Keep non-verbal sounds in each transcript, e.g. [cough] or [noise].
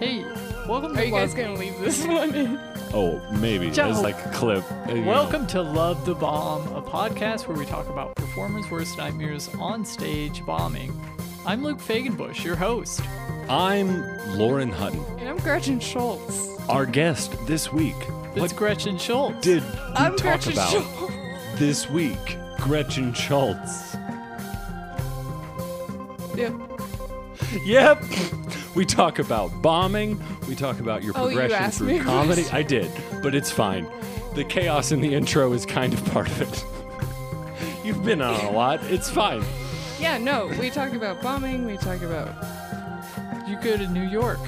Hey, welcome to Are you guys Love. gonna leave this one in? Oh, maybe Joe. it's like a clip. Uh, you know. welcome to Love the Bomb, a podcast where we talk about performers' worst nightmares on stage bombing. I'm Luke Fagenbush, your host. I'm Lauren Hutton. And I'm Gretchen Schultz. Our guest this week. It's What Gretchen Schultz. did we I'm talk Gretchen about Schultz. [laughs] this week? Gretchen Schultz. Yeah. Yep. We talk about bombing. We talk about your Oh, you progression asked through me a comedy. question. I did, but it's fine. The chaos in the intro is kind of part of it. [laughs] You've been on a lot. It's fine. Yeah, no, we talk about bombing, we talk about you go to New York?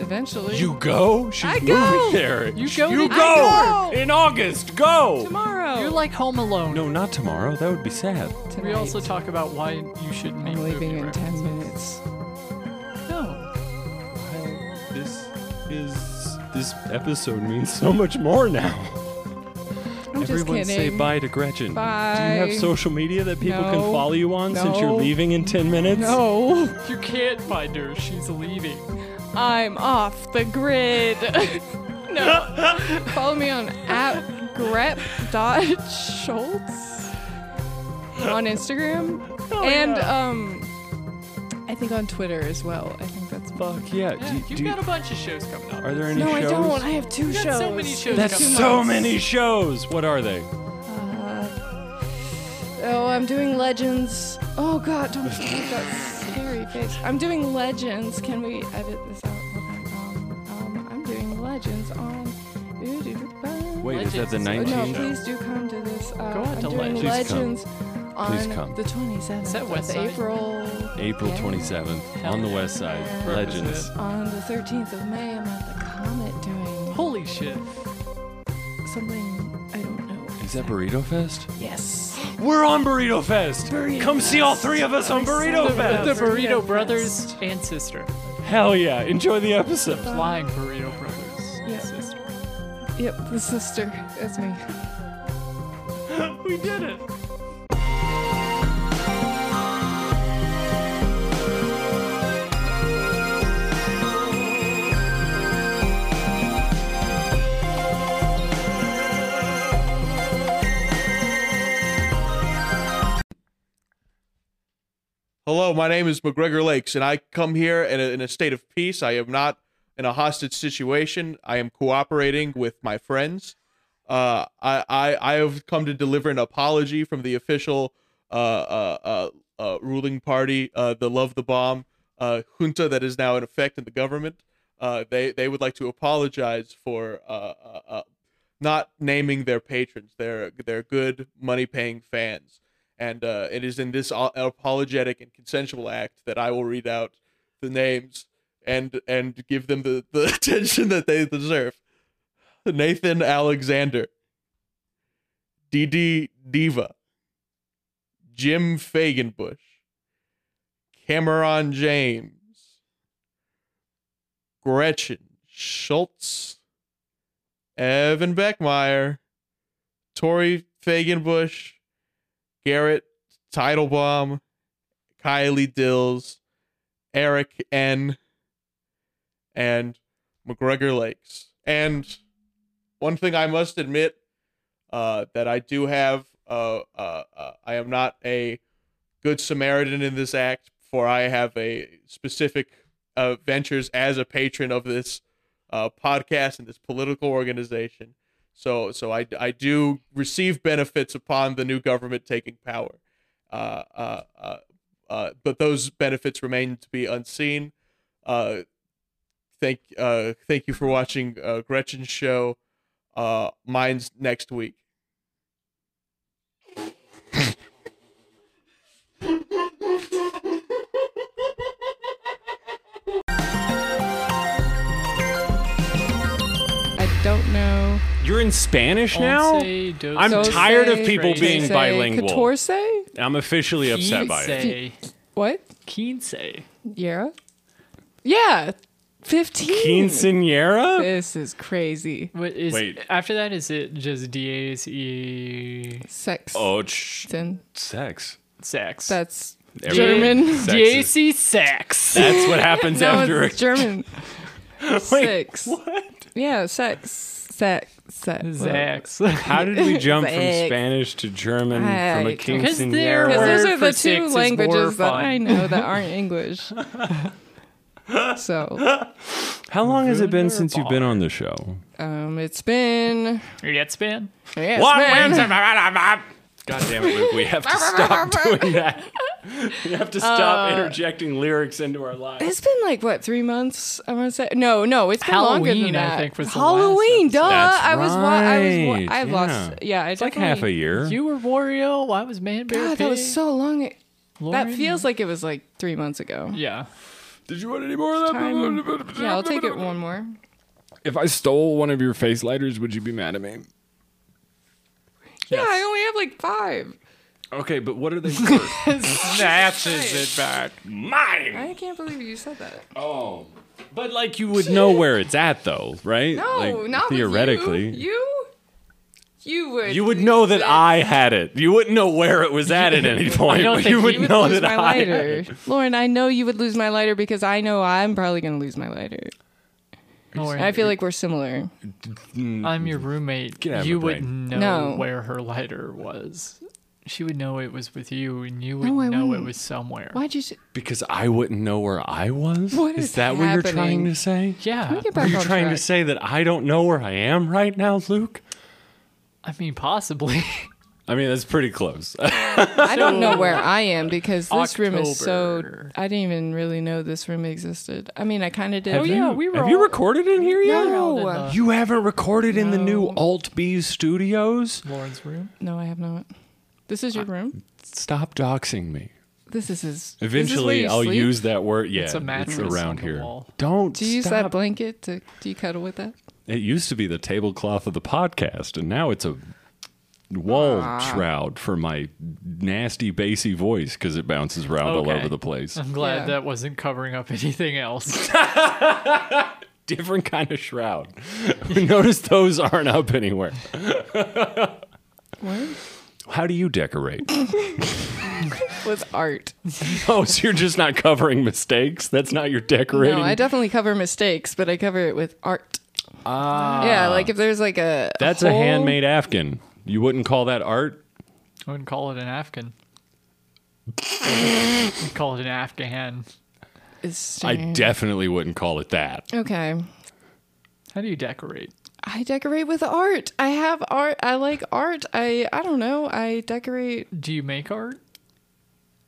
eventually. You go. She's I go. moving there. You go You to- go. I go. in August. Go. tomorrow. You're like home alone. Oh. No, not tomorrow. That would be sad. Tonight. We also talk about why you shouldn't make I'm leaving movie in references. ten minutes. No. This is this episode means so much more now. I'm just Everyone kidding. say bye to Gretchen. Do you Bye. have social media that people can No. follow you on since you're No. leaving in 10 minutes? No, You can't find her. She's leaving. I'm off the grid. [laughs] no, follow me on at grep.schultz on Instagram and um, I think on Twitter as well. I think that's Fuck yeah. Yeah, do, you've do- got a bunch of shows coming up. are there any No, I shows? don't. I have two You got shows. so many shows That's Too so much. many shows. What are they? Oh, I'm doing Legends. Oh God, don't make that scary face. I'm doing Legends. Can we edit this out? Hold on. Um, um, I'm doing Legends on. Wait, is that the Oh, 19th? no, please do come to this. Uh, Go on I'm to doing Legends. Please come. Legends on Please come. the 27th Is that West of Side? April. April Yeah. 27th on the west side. Represent. Legends. On the 13th of May, I'm at the Comet doing Holy shit. something I don't know. Is that Burrito Fest? Yes. We're on Burrito Fest. Burrito Come see all Fest. three of us on The- Burrito the- Fest. The Burrito Burrito Brothers and sister. Hell yeah. Enjoy the episode. Flying Burrito Brothers and Yeah. sister. Yep, the sister. That's me. We did it. Hello, my name is McGregor Lakes, and I come here in a, in a state of peace. I am not in a hostage situation. I am cooperating with my friends. Uh, I, I I have come to deliver an apology from the official uh, uh, uh, uh, ruling party, uh, the Love the Bomb uh, junta that is now in effect in the government. Uh, they they would like to apologize for uh, uh, uh, not naming their patrons, their their good money paying fans and uh, it is in this au- apologetic and consensual act that I will read out the names and and give them the, the [laughs] attention that they deserve. Nathan Alexander, DD Diva, Jim Fagenbush, Cameron James, Gretchen Schultz, Evan Beckmeyer, Tori Fagenbush, Garrett Teitelbaum, Kylie Dills, Eric N, and McGregor Lakes. And one thing I must admit uh, that I do have, uh, uh, uh, I am not a good Samaritan in this act, for I have a specific uh, ventures as a patron of this uh, podcast and this political organization. So so I, I do receive benefits upon the new government taking power. Uh, uh, uh, uh, but those benefits remain to be unseen. Uh, thank uh, thank you for watching uh, Gretchen's show. Uh, mine's next week. I don't know. You're in Spanish now? Once, dos, I'm So tired of say- people Say- being say bilingual. Catorce? I'm officially upset by it. Quince. What? Quince. Yeah. Yeah. 15. Quinceanera? This is crazy. What is Wait. after that? Is it just D A S E Sex. Oh, sh- Then sex. sex? [laughs] That's Everything. German. Sex D A is- C sex. That's what happens No, after a [laughs] it's German. Six. What? Yeah, sex, sex, sex. Zax. [laughs] How did we jump from Eggs. Spanish to German from a Eggs. king Because they're- Because those Word are for the six two is more languages that fun. I know that [laughs] aren't English. so, How long has it been Wunderbar. since you've been on the show? um, it's been. Yet span. Yeah, it's One been- wins- God damn it, Luke. We have [laughs] to stop doing that. We have to stop interjecting lyrics into our lives. Uh, It's been like what three months? I want to say no, no. It's been longer Halloween, than I that. think, was the last Halloween, episode. duh. That's I was, wa- I was, right, wa- I've yeah. lost. Yeah, I It's like half a definitely- year. You were Wario. I was Man Bear God, Pig. that was so long. a- That Lauren- feels like it was like three months ago. Yeah. Did you want any more of Time. Yeah, I'll take it one more. If I stole one of your face lighters, would you be mad at me? Yeah, I only have like five. Okay, but what [laughs] are they for? Snatches it back. Mine! I can't believe you said that. Oh. But like you would know where it's at though, right? No, Like, not with you. theoretically. You, you would. You would know that I had it. You wouldn't know where it was at [laughs] at any point. don't but think you would you would know lose that my I. lighter, Lauren. I know you would lose my lighter because I know I'm probably gonna lose my lighter. And I feel like we're similar. I'm your roommate. Get out of You my would brain. know No. where her lighter was. She would know it was with you, and you would No, I know it wouldn't. was somewhere. Why'd you? Say- Because I wouldn't know where I was. What is is that what you're trying happening? to say? Can Yeah. we get Are back you on trying to track? say that I don't know where I am right now, Luke? I mean, possibly. [laughs] I mean, that's pretty close. I don't know where I am because this room is so. October. I didn't even really know this room existed. I mean, I kind of did. Have Oh, you- yeah. we were Have you all- recorded in here yet? all in No. the- You haven't recorded in the new Alt B studios? Lauren's room. No, I have not. This is your room. Stop doxing me. This is his. this is where Eventually, you I'll sleep? use that word. Yeah, It's a mattress on around the here. wall. Don't Do you use stop that blanket? To, do you cuddle with that? It used to be the tablecloth of the podcast, and now it's a wall Ah. shroud for my nasty bassy voice because it bounces around all Okay. over the place. I'm glad Yeah. that wasn't covering up anything else. [laughs] Different kind of shroud. [laughs] Notice those aren't up anywhere. What? How do you decorate? With art. [laughs] oh, so you're just not covering mistakes? That's not your decorating. No, I definitely cover mistakes, but I cover it with art. Ah. Yeah, like if there's like a. That's a hole- handmade afghan. You wouldn't call that art? I wouldn't call it an [laughs] Afghan. I'd call it an Afghan. It's- I definitely wouldn't call it [laughs] that. okay. How do you decorate? I decorate with art. I have art. I like art. I I don't know. I decorate. Do you make art?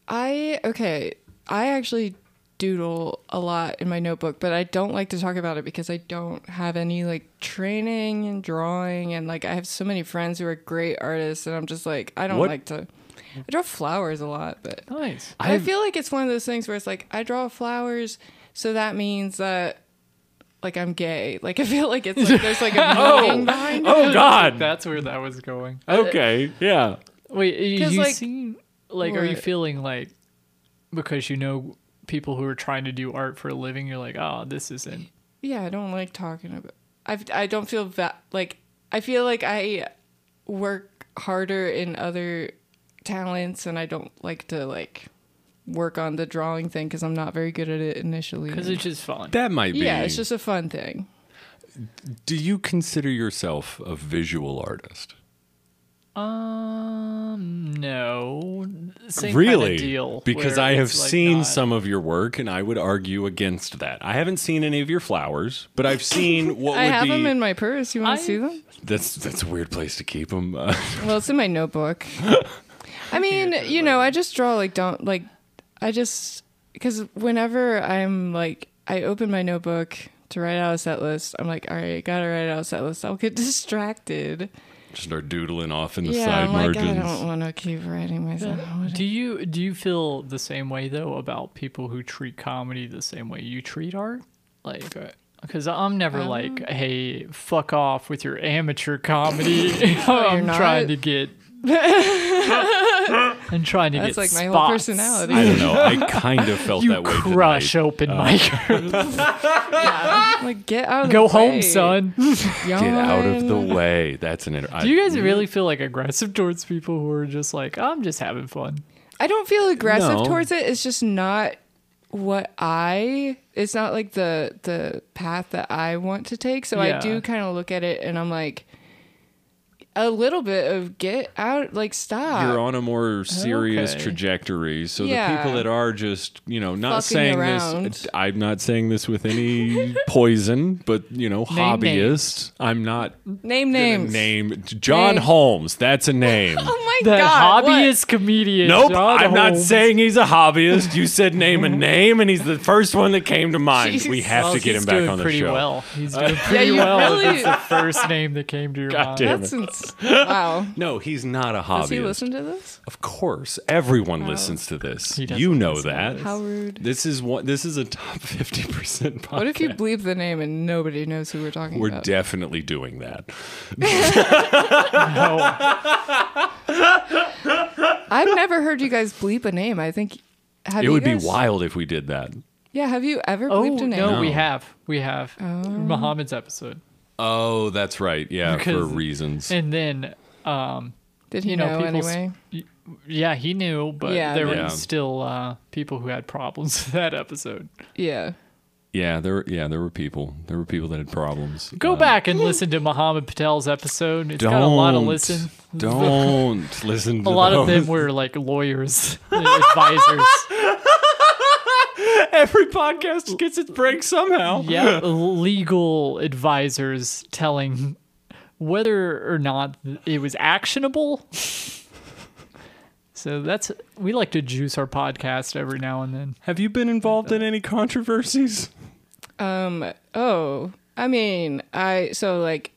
I okay. I actually doodle a lot in my notebook, but I don't like to talk about it because I don't have any like training in drawing and like I have so many friends who are great artists and I'm just like I don't What- like to I draw flowers a lot, but Nice. I feel like it's one of those things where it's like I draw flowers, so that means that like I'm gay. Like I feel like it's like there's like [laughs] a meaning behind it. Oh, God. That's where that was going. Okay. Yeah. Wait, you 'Cause, you like- seem like are you What? feeling like because you know people who are trying to do art for a living, you're like, oh, this isn't. Yeah, I don't like talking about. I've I don't feel va- like I feel like I work harder in other talents, and I don't like to like work on the drawing thing because I'm not very good at it initially. Because it's just fun. That might be. yeah, it's just a fun thing. Do you consider yourself a visual artist? Um, no. Same really? Kind of deal because where I have it's, like, seen not- some of your work and I would argue against that. I haven't seen any of your flowers, but I've [laughs] seen what I would have be them in my purse. You want to see I've- them? That's that's a weird place to keep them. Uh, Well, it's in my notebook. [laughs] I mean, you know, I just draw like don't like I just because whenever I'm like I open my notebook to write out a set list, I'm like, all right, gotta write out a set list. I'll get [laughs] distracted. [laughs] just start doodling off in the Yeah, side I'm like, margins. I don't want to keep writing myself. Do you do you feel the same way though about people who treat comedy the same way you treat art? Like, because I'm never Um. like, hey, fuck off with your amateur [laughs] comedy. [laughs] I'm you're trying not? [laughs] to get. I'm trying to That's get like my whole spots. personality. [laughs] I don't know. I kind of felt You that way. Uh, crush [laughs] open micers. I'm like, get out. Of [laughs] Go the home, way, son. Do Tonight. Get out of the yawn." way. That's an. Inter- I- you guys really feel like aggressive towards people who are just like, I'm just having fun? I don't feel aggressive No. towards it. It's just not what I it's not like the the path that I want to take. So I Yeah. do kind of look at it and I'm like a little bit of get out like stop. You're on a more serious Okay. trajectory. So the Yeah. people that are just, you know, not Fucking saying this around. I'm not saying this [laughs] with any poison, but you know, Name hobbyists. I'm not name gonna names. name John Names. Holmes, that's a [laughs] name. Oh my The god. what? hobbyist comedian. Nope, John I'm not Holmes. saying he's a hobbyist. You [laughs] said name a name, and he's the first one that came to mind. We Jesus. have Well, to get he's him back doing on the pretty show. Well, he's doing Yeah, pretty you well. if really It's the first name that came to your God mind. damn That's [laughs] ins- wow. No, he's not a Does he hobbyist. listen to this? Of course, everyone listens to this. He doesn't You know listen to that. How rude. This is one. This is a top [laughs] fifty percent podcast. What if you bleep the name and nobody knows who we're talking We're about? definitely doing that. No, I've never heard you guys bleep a name. I think have It you would be guys- wild if we did that. Yeah, have you ever oh bleeped a name? Oh. no, No. we have, we have Muhammad's episode, Oh, that's right. Yeah, for Because- reasons. and then, um, Did he you know, know, people anyway? yeah, he knew, but Yeah. there Yeah. were still uh, people who had problems [laughs] with that episode. Yeah. yeah, there. Were, yeah, there were people. There were people that had problems. Go Uh, back and listen to Muhammad Patel's episode. It's got a lot of don't- listen. [laughs] Don't listen. A To lot of them those. were like lawyers, [laughs] advisors. [laughs] Every podcast gets its break somehow. yeah, legal advisors telling whether or not it was actionable. So that's we like to juice our podcast every now and then. Have you been involved in any controversies? Um. Oh, I mean, I so like,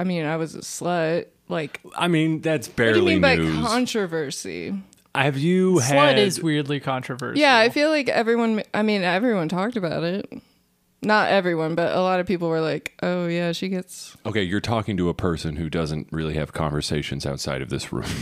I mean, I was a slut. Like, I mean, that's what do you barely mean by news. controversy? Have you had? Slut is weirdly controversial. Yeah, I feel like everyone. I mean, everyone talked about it. Not everyone, but a lot of people were like, "Oh yeah, she gets." Okay, you're talking to a person who doesn't really have conversations outside of this room. [laughs]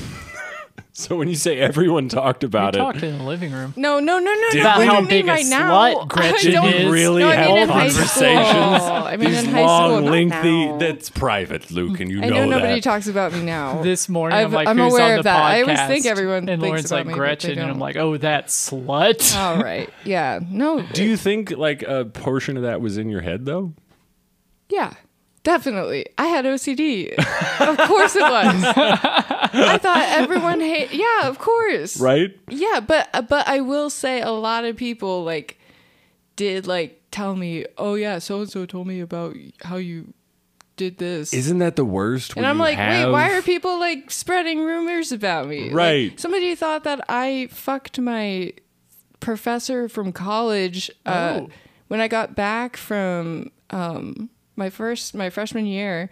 so when you say everyone talked we about it, talked in the living room. No, no, no, no. Did no, About what do how you mean big a right now? slut Gretchen [laughs] I don't- is. really no, I have mean in high school. Oh, conversations. I mean, These in high long, school. not lengthy. now. That's private, Luke, and you I know, nobody that. talks about me now. [laughs] This morning, I've- am like, I'm who's aware of on the that. podcast? I always think everyone and thinks Lauren's about like me, but they Gretchen, and I'm don't. Oh, like, oh, that slut. All right. Yeah. [laughs] No. Do you think like a portion of that was in your head though? Yeah, definitely. I had OCD. of course it was. I thought everyone hate. Yeah, of course. Right? Yeah, but but I will say a lot of people like did like tell me, "Oh yeah, so and so told me about how you did this." Isn't that the worst? and when I'm you like, have- wait, why are people like spreading rumors about me? Like, Right. somebody thought that I fucked my professor from college uh, Oh. when I got back from um, my first my freshman year.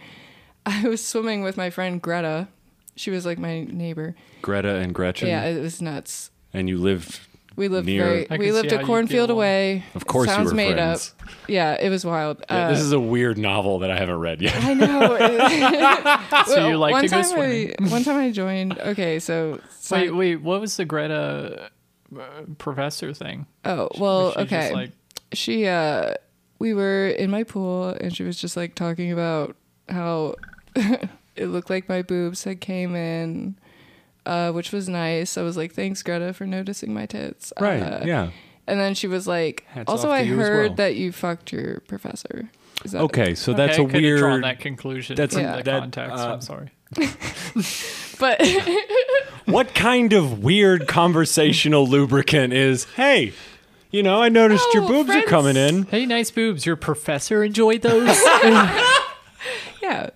[laughs] I was swimming with my friend Greta. She was like my neighbor. Greta and Gretchen? Yeah, it was nuts. and you lived. We lived Near- very. I We can lived see a how you'd cornfield get along. away. Of course you sounds were made friends. up. Yeah, it was wild. Yeah, uh, this is a weird novel that I haven't read yet. [laughs] I [laughs] know. So you like one to go time swimming. I, one time I joined. Okay, so Wait, wait, what was the Greta uh, professor thing? Oh well, She's okay. Just like, she, uh, we were in my pool, and she was just like talking about how [laughs] it looked like my boobs had came in, uh, which was nice. I was like, thanks, Greta, for noticing my tits. right. Uh, yeah. And then she was like, Hats also, off to I you as heard well." that you fucked your professor. Is that Okay, so that's okay, a I could have drawn weird. that conclusion. that's That's a- from Yeah. the that, context. uh, I'm sorry. But [laughs] What kind of weird conversational lubricant is, hey, you know, I noticed your Oh, boobs are friends. coming in. Hey, nice boobs. Your professor [laughs] enjoyed those. yeah.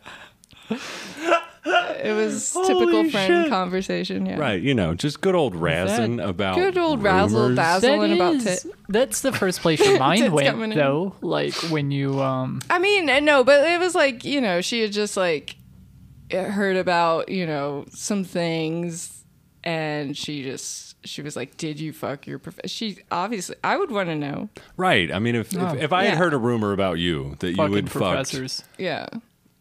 It was typical Holy friend shit. conversation, yeah. Right, you know, just good old razzing about Good old razzle rumors. dazzle and about tit. is- that's the first [laughs] place your mind Tits went, coming in. though. Like when you, um, I mean, uh, no, but it was like you know she had just like heard about you know some things, and she just she was like, "Did you fuck your prof-? She obviously, I would want to know. Right. I mean, if if, if I had Oh, Yeah. heard a rumor about you that you fucking would fuck, professors. Yeah,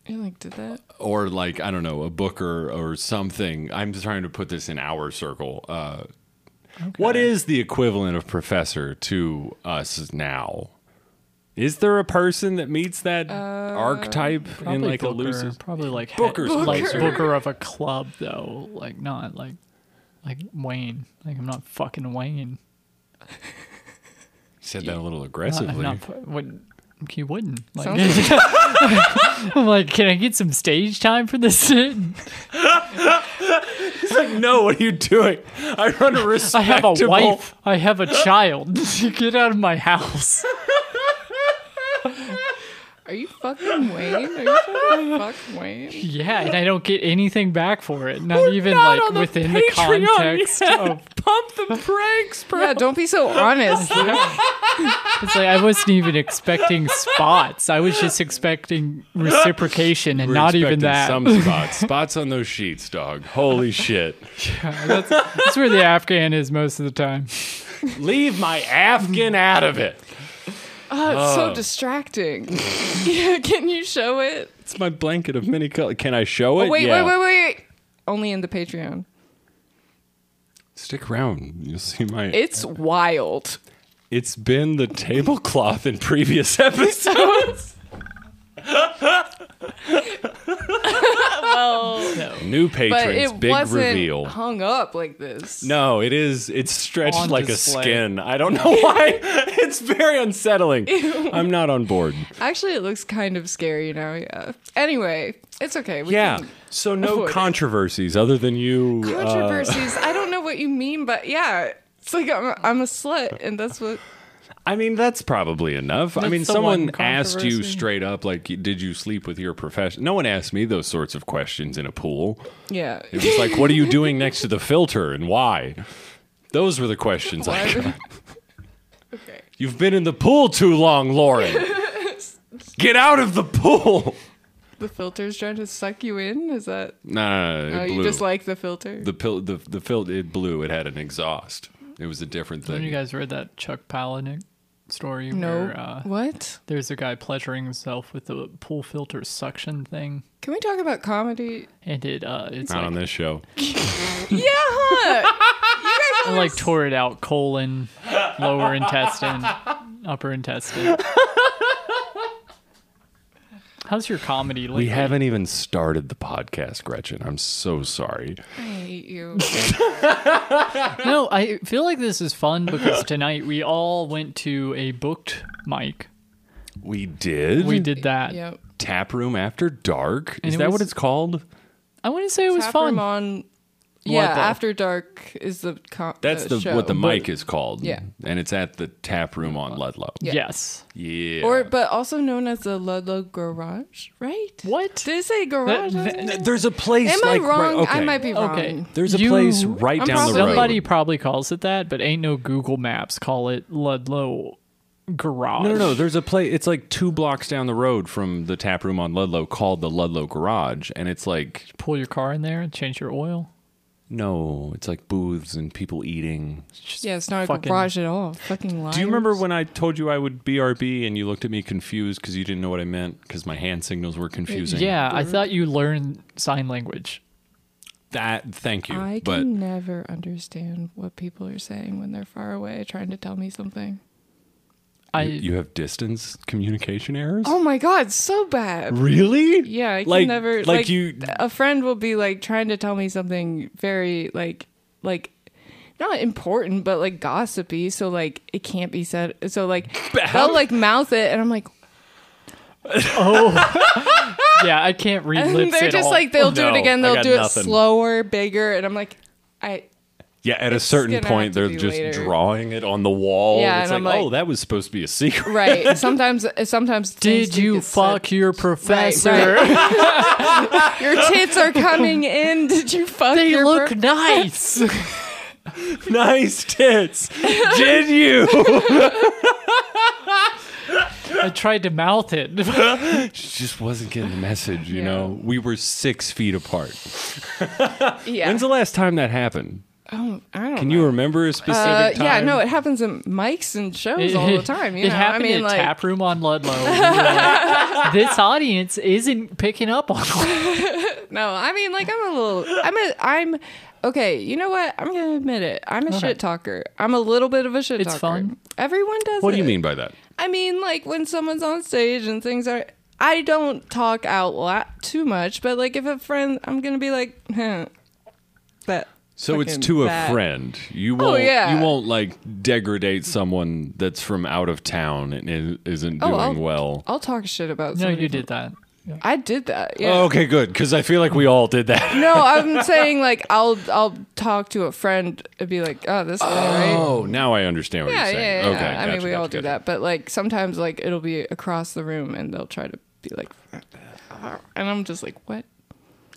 you're like, did that? or like I don't know, a booker or something. I'm just trying to put this in our circle. Uh, What is the equivalent of professor to us now? Is there a person that meets Uh, that archetype in Probably like Booker, a loose? probably like head- Booker's like closer. Booker of a club, though. Like not like like Wayne. Like I'm not fucking Wayne. said that a little Not- aggressively. not fu- what, he wouldn't. Like, Sounds I'm [laughs] like, can I get some stage time for this? [laughs] I He's like, [laughs] no, what are you doing? I run [laughs] a respectable. have a wife. I have a child. [laughs] get out of my house. Are you fucking Wayne? Are you fucking [laughs] fuck Wayne? Yeah, and I don't get anything back for it. Not even like within the context of. Pump the pranks, bro. Yeah, don't be so honest. [laughs] It's like I wasn't even expecting spots. I was just expecting reciprocation, and not even that. [laughs] Some spots, spots on those sheets, dog. Holy shit! [laughs] that's, that's where the Afghan is most of the time. Leave my Afghan out of it. Oh, it's so distracting. [laughs] yeah, can you show it? It's my blanket of many colors. Can I show it? Oh, Wait, Yeah. wait, wait, wait. Only in the Patreon. Stick around. You'll see my. It's wild. [laughs] it's been the tablecloth in previous [laughs] episodes. New patrons, but it big wasn't reveal. hung up like this. No, it is. It's stretched On like display. a skin. I don't know [laughs] why. it's very unsettling. I'm not on board. Actually, it looks kind of scary now. Yeah. Anyway, it's okay. We Yeah. can- So no Avoid it. controversies other than you. uh, Controversies. I don't know what you mean, but yeah, it's like I'm, I'm a slut, and that's what. I mean, that's probably enough. I That's mean, the someone one asked you controversy. straight up, like, did you sleep with your profession? No one asked me those sorts of questions in a pool. Yeah. [laughs] It was like, what are you doing next to the filter and why? Those were the questions. [laughs] I Why- got. okay. [laughs] You've been in the pool too long, [laughs] Lauren. Get out of the pool. The filter's trying to suck you in. Is that? Nah, it Oh, you blew. just like the filter. the pill the the fil- it blew it had an exhaust it was a different Have thing you guys read that Chuck Palahniuk story? no. Where, uh, what? there's a guy pleasuring himself with the pool filter suction thing, Can we talk about comedy? and it uh, it's not on like, this show Yeah. huh? you it, guys like tore it out colon, lower intestine, upper intestine. How's your comedy? Lately? we haven't even started the podcast gretchen i'm so sorry [laughs] I hate you. No, I feel like this is fun because tonight we all went to a booked mic. we did Mm-hmm. We did that. yep. tap room after dark And is it that was- what it's called I wouldn't say it was Tap fun. Room on. Yeah. the- After dark is the. Com- that's uh, the show. what the But- mic is called Yeah. and it's at the tap room on ludlow Yeah. Yes. yeah Or, but also known as the Ludlow Garage, right? What? Did it say garage? That- on that- it? there's a place Am like I right- wrong? I okay. might be wrong. Okay. there's a You- place right I'm down the probably- road Somebody probably calls it that, but ain't no Google Maps call it Ludlow Garage. No, no, no. There's a place. It's like two blocks down the road from the tap room on Ludlow called the Ludlow Garage, and it's like Pull your car in there and change your oil. no, it's like booths and people eating. Yeah, it's not Fucking- a garage at all. Fucking liars. Do you remember when I told you I would BRB and you looked at me confused because you didn't know what I meant because my hand signals were confusing? Yeah, I thought you learned sign language. That. Thank you. I but can never understand what people are saying when they're far away trying to tell me something. I you, you have distance communication errors. Oh my god, so bad. Really? Yeah, I can like, never Like, you. a friend will be like trying to tell me something very like like not important but like gossipy so like it can't be said so [laughs] like they'll like mouth it and i'm like yeah, I can't read and [laughs] lips they're at just all. Oh, like they'll do Oh, No, it again I they'll got do nothing. it slower bigger and i'm like i Yeah. At a It's certain gonna point, have to they're be just later. drawing it on the wall. Yeah, It's and I'm like, like- oh, that was supposed to be a secret. right sometimes sometimes things Did do you get said. fuck your professor? [laughs] Your tits are coming in. Did you fuck They your look [laughs] bro- nice. [laughs] nice tits. [laughs] Did you? I tried to mouth it. She just wasn't getting the message, you Yeah. know? We were six feet apart. Yeah. When's the last time that happened? oh, I don't Can know. you remember a specific Uh, time? yeah, no, it happens in mics and shows [laughs] all [laughs] the time. You it know, I happened mean, in a like, tap room [laughs] on Ludlow. We were like, this audience isn't picking up on. no, I mean, like, I'm a little, I'm a, I'm, okay. You know what? I'm gonna admit it. I'm a shit talker. I'm a little bit of a shit It's talker. fun. Everyone does. What do you it. mean by that? I mean, like when someone's on stage and things are. I don't talk [laughs] out lot too much, but like if a friend, I'm gonna be like, huh, that So it's fucking to fat. a friend. You won't. yeah. You won't like degradate someone that's from out of town and is, isn't Oh, doing I'll- well. I'll talk shit about. No, somebody you from- did that. Yeah. I did that. Yeah. Oh, okay, good. Because I feel like we all [laughs] did that. No, I'm saying like I'll I'll talk to a friend and be like, oh, this guy, right? Oh, now I understand what Yeah, you're yeah, saying. yeah. Okay, I mean, gotcha, we gotcha, all do gotcha. that, but like sometimes like it'll be across the room and they'll try to be like, and I'm just like, what?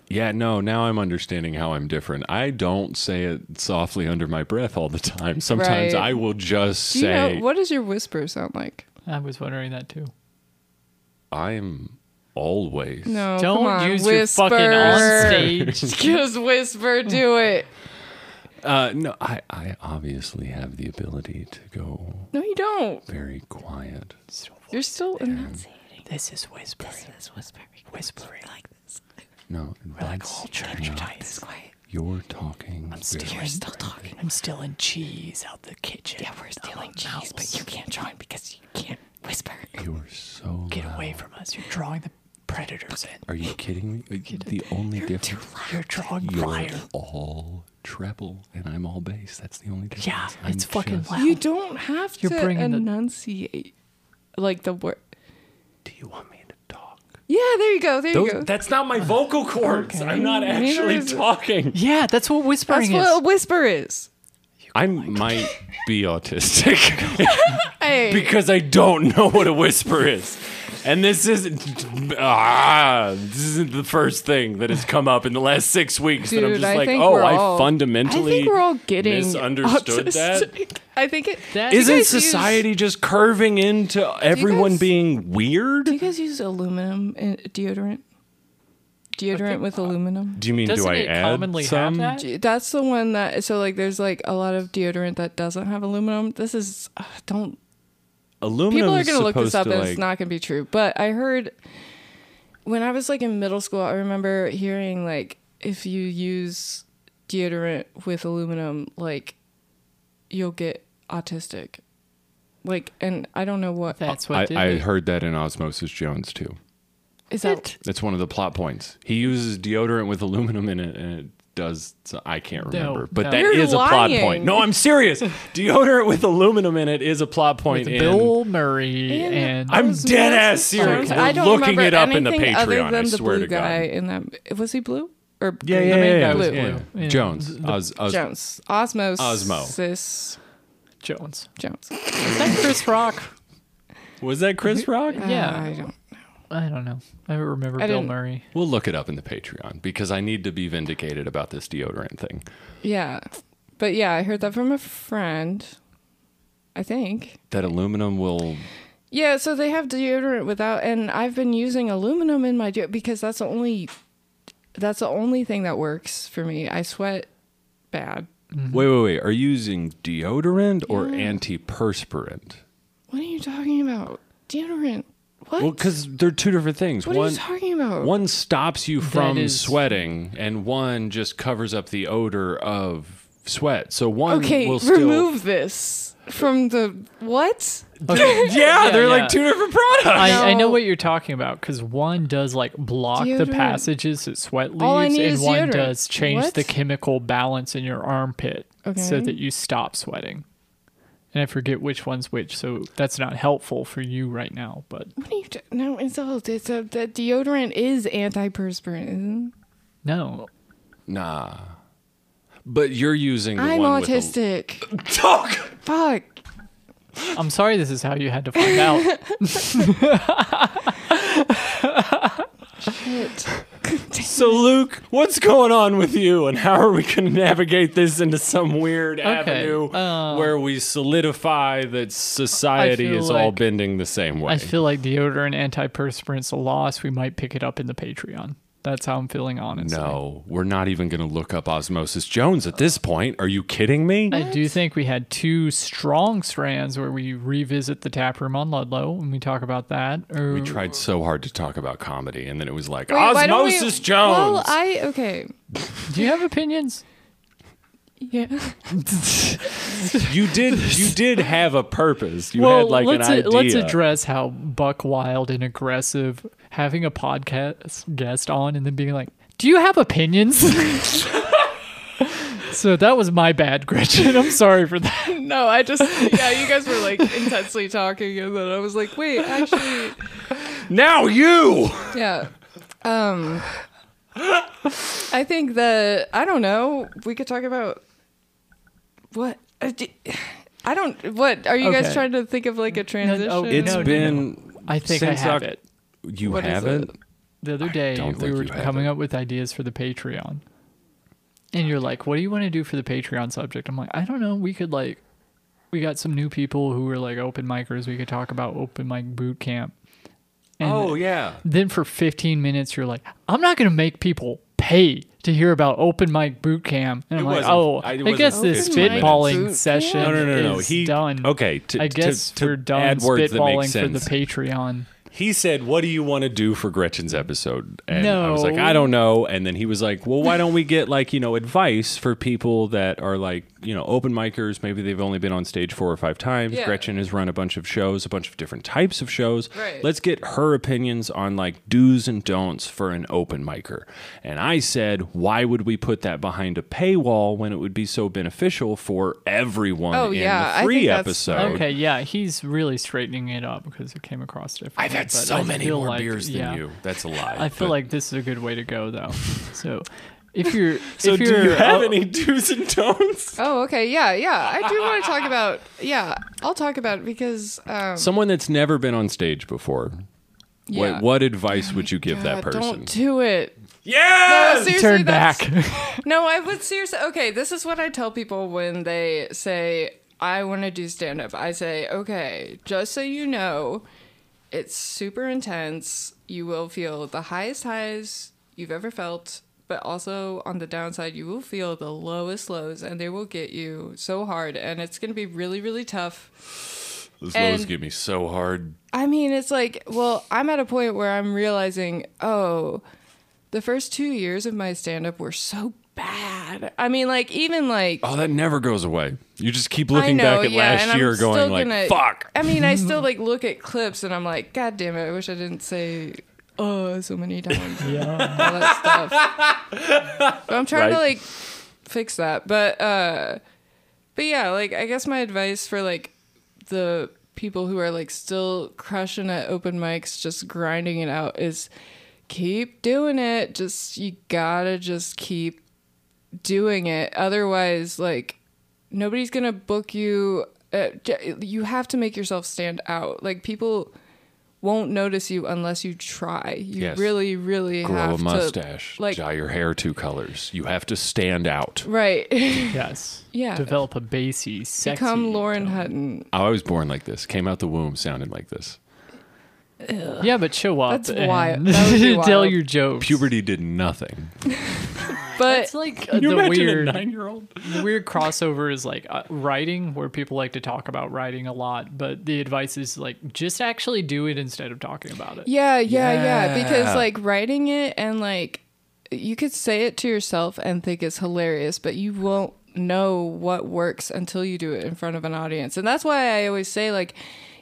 Yeah, no. Now I'm understanding how I'm different. I don't say it softly under my breath all the time. Sometimes Right. I will just Do say, you know what does your whisper sound like? I was wondering that too. "I'm always." No, Don't Oh, come on, use whisper. your fucking [laughs] [laughs] onstage. Just whisper, do it. Uh, no, I, I obviously have the ability to go No, you don't. very quiet. You're still enunciating. this is whispering. This is whispering. Whispering like this. No, that's church not- It's quiet. You're talking. I'm still talking. I'm stealing cheese out the kitchen. Yeah, we're stealing cheese, but you can't join because you can't whisper. You're so. Get loud. away from us. You're drawing the predators in. Are you kidding me? The only difference. You're drawing You're fire. all treble, and I'm all bass. That's the only difference. Yeah, I'm it's fucking just- loud. You don't have You're to bringing the- enunciate like the word. Do you want me to talk? Yeah, there you go. There you go. that's not my vocal cords. I'm not actually is it. talking. Yeah, that's what That's whispering what a is. whisper is. I might be autistic Hey, because I don't know what a whisper is. And this isn't ah, this isn't the first thing that has come up in the last six weeks that I'm Dude, just I like, think oh, we're I all- I fundamentally think we're all getting misunderstood that. autistic. [laughs] I think it. That- Do you Isn't guys use- society just curving into everyone guys- being weird? do you guys use aluminum in- deodorant? Deodorant with aluminum. Do you mean Doesn't do I it add commonly some? have that? D- That's the one that. So like, there's like a lot of deodorant that doesn't have aluminum. This is uh, don't. Aluminum People are is gonna look this supposed up, to, and like- it's not gonna be true. But I heard when I was like in middle school, I remember hearing like if you use deodorant with aluminum, like you'll get autistic. Like, and I don't know what That's what I, did I it. heard that in Osmosis Jones too. is that. That's one of the plot points. He uses deodorant with aluminum in it, and it does. so- I can't remember, but no. that You're is a plot lying. point. No, I'm serious. deodorant with aluminum in it is a plot point. in- Bill Murray And- and, I'm Osmosis dead ass Jones? serious. Okay. We're I don't looking remember it up in the anything other Patreon. than I the swear blue to God. guy in that. Was he blue or Yeah, green? yeah, The main guy yeah, was yeah, blue. yeah. Yeah. Jones. Oz, Oz, Jones. Osmos. Osmo. Jones. Jones. Is that [laughs] Chris Rock? Was that Chris Rock? Yeah. I don't. Uh, I don't know. I don't remember I Bill didn't- [laughs] Murray. We'll look it up in the Patreon because I need to be vindicated about this deodorant thing. Yeah, but yeah, I heard that from a friend. I think. That aluminum will. Yeah, so they have deodorant without, and I've been using aluminum in my deo because that's the only, that's the only thing that works for me. I sweat bad. Mm-hmm. Wait, wait, wait. Are you using deodorant or antiperspirant? What are you talking about? Deodorant. What? Well, because they're two different things. what are one, you talking about? one stops you from is- sweating, and one just covers up the odor of sweat. So one okay, will still. remove this from the what? Okay. [laughs] yeah, Yeah, they're yeah. like two different products. I, I know No. what you're talking about because one does like block the Deodorant. passages that sweat leaves, All I need and is one deodorant. does change What? the chemical balance in your armpit so Okay. that you stop sweating. And I forget which one's which, so that's not helpful for you right now. But What are you? ta- no, it's all. It's a, the deodorant is antiperspirant. Isn't it? no, Nah, but you're using. The I'm one with the- autistic. [laughs] Talk. Fuck. I'm sorry this is how you had to find [laughs] out. Shit. So Luke, what's going on with you, and how are we going to navigate this into some weird avenue uh, where we solidify that society feel is all like- bending the same way? I feel like deodorant antiperspirant's a loss. We might pick it up in the Patreon. That's how I'm feeling honestly. No, we're not even going to look up Osmosis Jones at this point. Are you kidding me? I do think we had two strong strands where we revisit the tap room on Ludlow and we talk about that. Or we tried so hard to talk about comedy, and then it was like Wait, why don't we- Osmosis Jones. Well, I okay. do you have opinions? Yeah. [laughs] you did, you did have a purpose. [laughs] You well, had like let's uh, an uh, idea. let's address how buck wild and aggressive having a [laughs] podcast guest on and then being like, "Do you have opinions?" [laughs] So that was my bad, Gretchen. I'm sorry for that. [laughs] No, I just yeah, you guys were like intensely talking, and then I was like, wait, actually, Now you. yeah. Um, I think that I don't know. We could talk about what I di- I don't. What are you Okay. guys trying to think of like a transition? oh, It's No, no, been. I think Since I have Oc- it. You What is haven't. it? The other day don't we think were you have coming it. up with ideas for the Patreon. And you're like, what do you want to do for the Patreon subject? I'm like, I don't know. We could like we got some new people who were like open micers. We could talk about open mic boot camp. And Oh yeah. then for 15 minutes you're like, I'm not going to make people pay to hear about open mic boot camp. And I'm It like, wasn't- oh, I- I, it wasn't guess this 15 minutes. Boot spitballing camp? session No, no, no, no. is He done. okay. To, I to- guess to we're done add words that make spitballing for the sense. Patreon. He said, "What do you want to do for Gretchen's episode?" And I was like, No. "I don't know." And then he was like, "Well, why don't we get like you know advice for people that are like you know open micers? Maybe they've only been on stage four or five times. Yeah. Gretchen has run a bunch of shows, a bunch of different types of shows. Right. Let's get her opinions on like do's and don'ts for an open micer." And I said, "Why would we put that behind a paywall when it would be so beneficial for everyone Oh, in yeah. I the think free that's- episode?" Okay, yeah, he's really straightening it up because it came across different. I've had so many more beers than you. That's a lie. I feel but- like this is a good way to go [laughs] though. So if you're So if do you're you oh, have [laughs] any do's and don'ts? Oh, okay. Yeah, yeah. I do want to talk about. Yeah, I'll talk about it because. Um, Someone that's never been on stage before. yeah. What what advice would you give that God, person? Don't do it. yeah. No, seriously, turn that's- back. [laughs] No, I would seriously. Okay, this is what I tell people when they say, I want to do stand up. I say, okay, just so you know, it's super intense. You will feel the highest highs you've ever felt, but also on the downside, you will feel the lowest lows, and they will get you so hard. And it's going to be really, really tough. Those and- lows get me so hard. I mean, it's like, well, I'm at a point where I'm realizing, oh, the first two years of my stand up were so bad. I mean, like, even like, Oh, that never goes away. You just keep I looking know, back at yeah, and last I'm year, still going like, gonna- "Fuck." I mean, I [laughs] still like look at clips and I'm like, God damn it, I wish I didn't say, oh, so many times. yeah. all that stuff. but I'm trying to Right. like fix that. But uh but yeah, like I guess my advice for like the people who are like still crushing at open mics, just grinding it out is keep doing it. Just you gotta just keep doing it. Otherwise, like nobody's gonna book you. Uh, j- you have to make yourself stand out. Like people won't notice you unless you try. You Yes. really, really Grow have a mustache. To, like dye your hair two colors. You have to stand out. right, [laughs] Yes. Yeah. Develop a bassy, sexy. become Lauren Hutton. I was born like this. Came out the womb sounding like this. Yeah, but show up. That's wild. [laughs] and That would be tell wild. your jokes. Puberty did nothing. But It's like uh, the weird the weird crossover is like uh, writing where people like to talk about writing a lot but the advice is like just actually do it instead of talking about it Yeah, yeah, yeah, Yeah. Because like writing it and like you could say it to yourself and think it's hilarious, but you won't know what works until you do it in front of an audience. And that's why I always say like,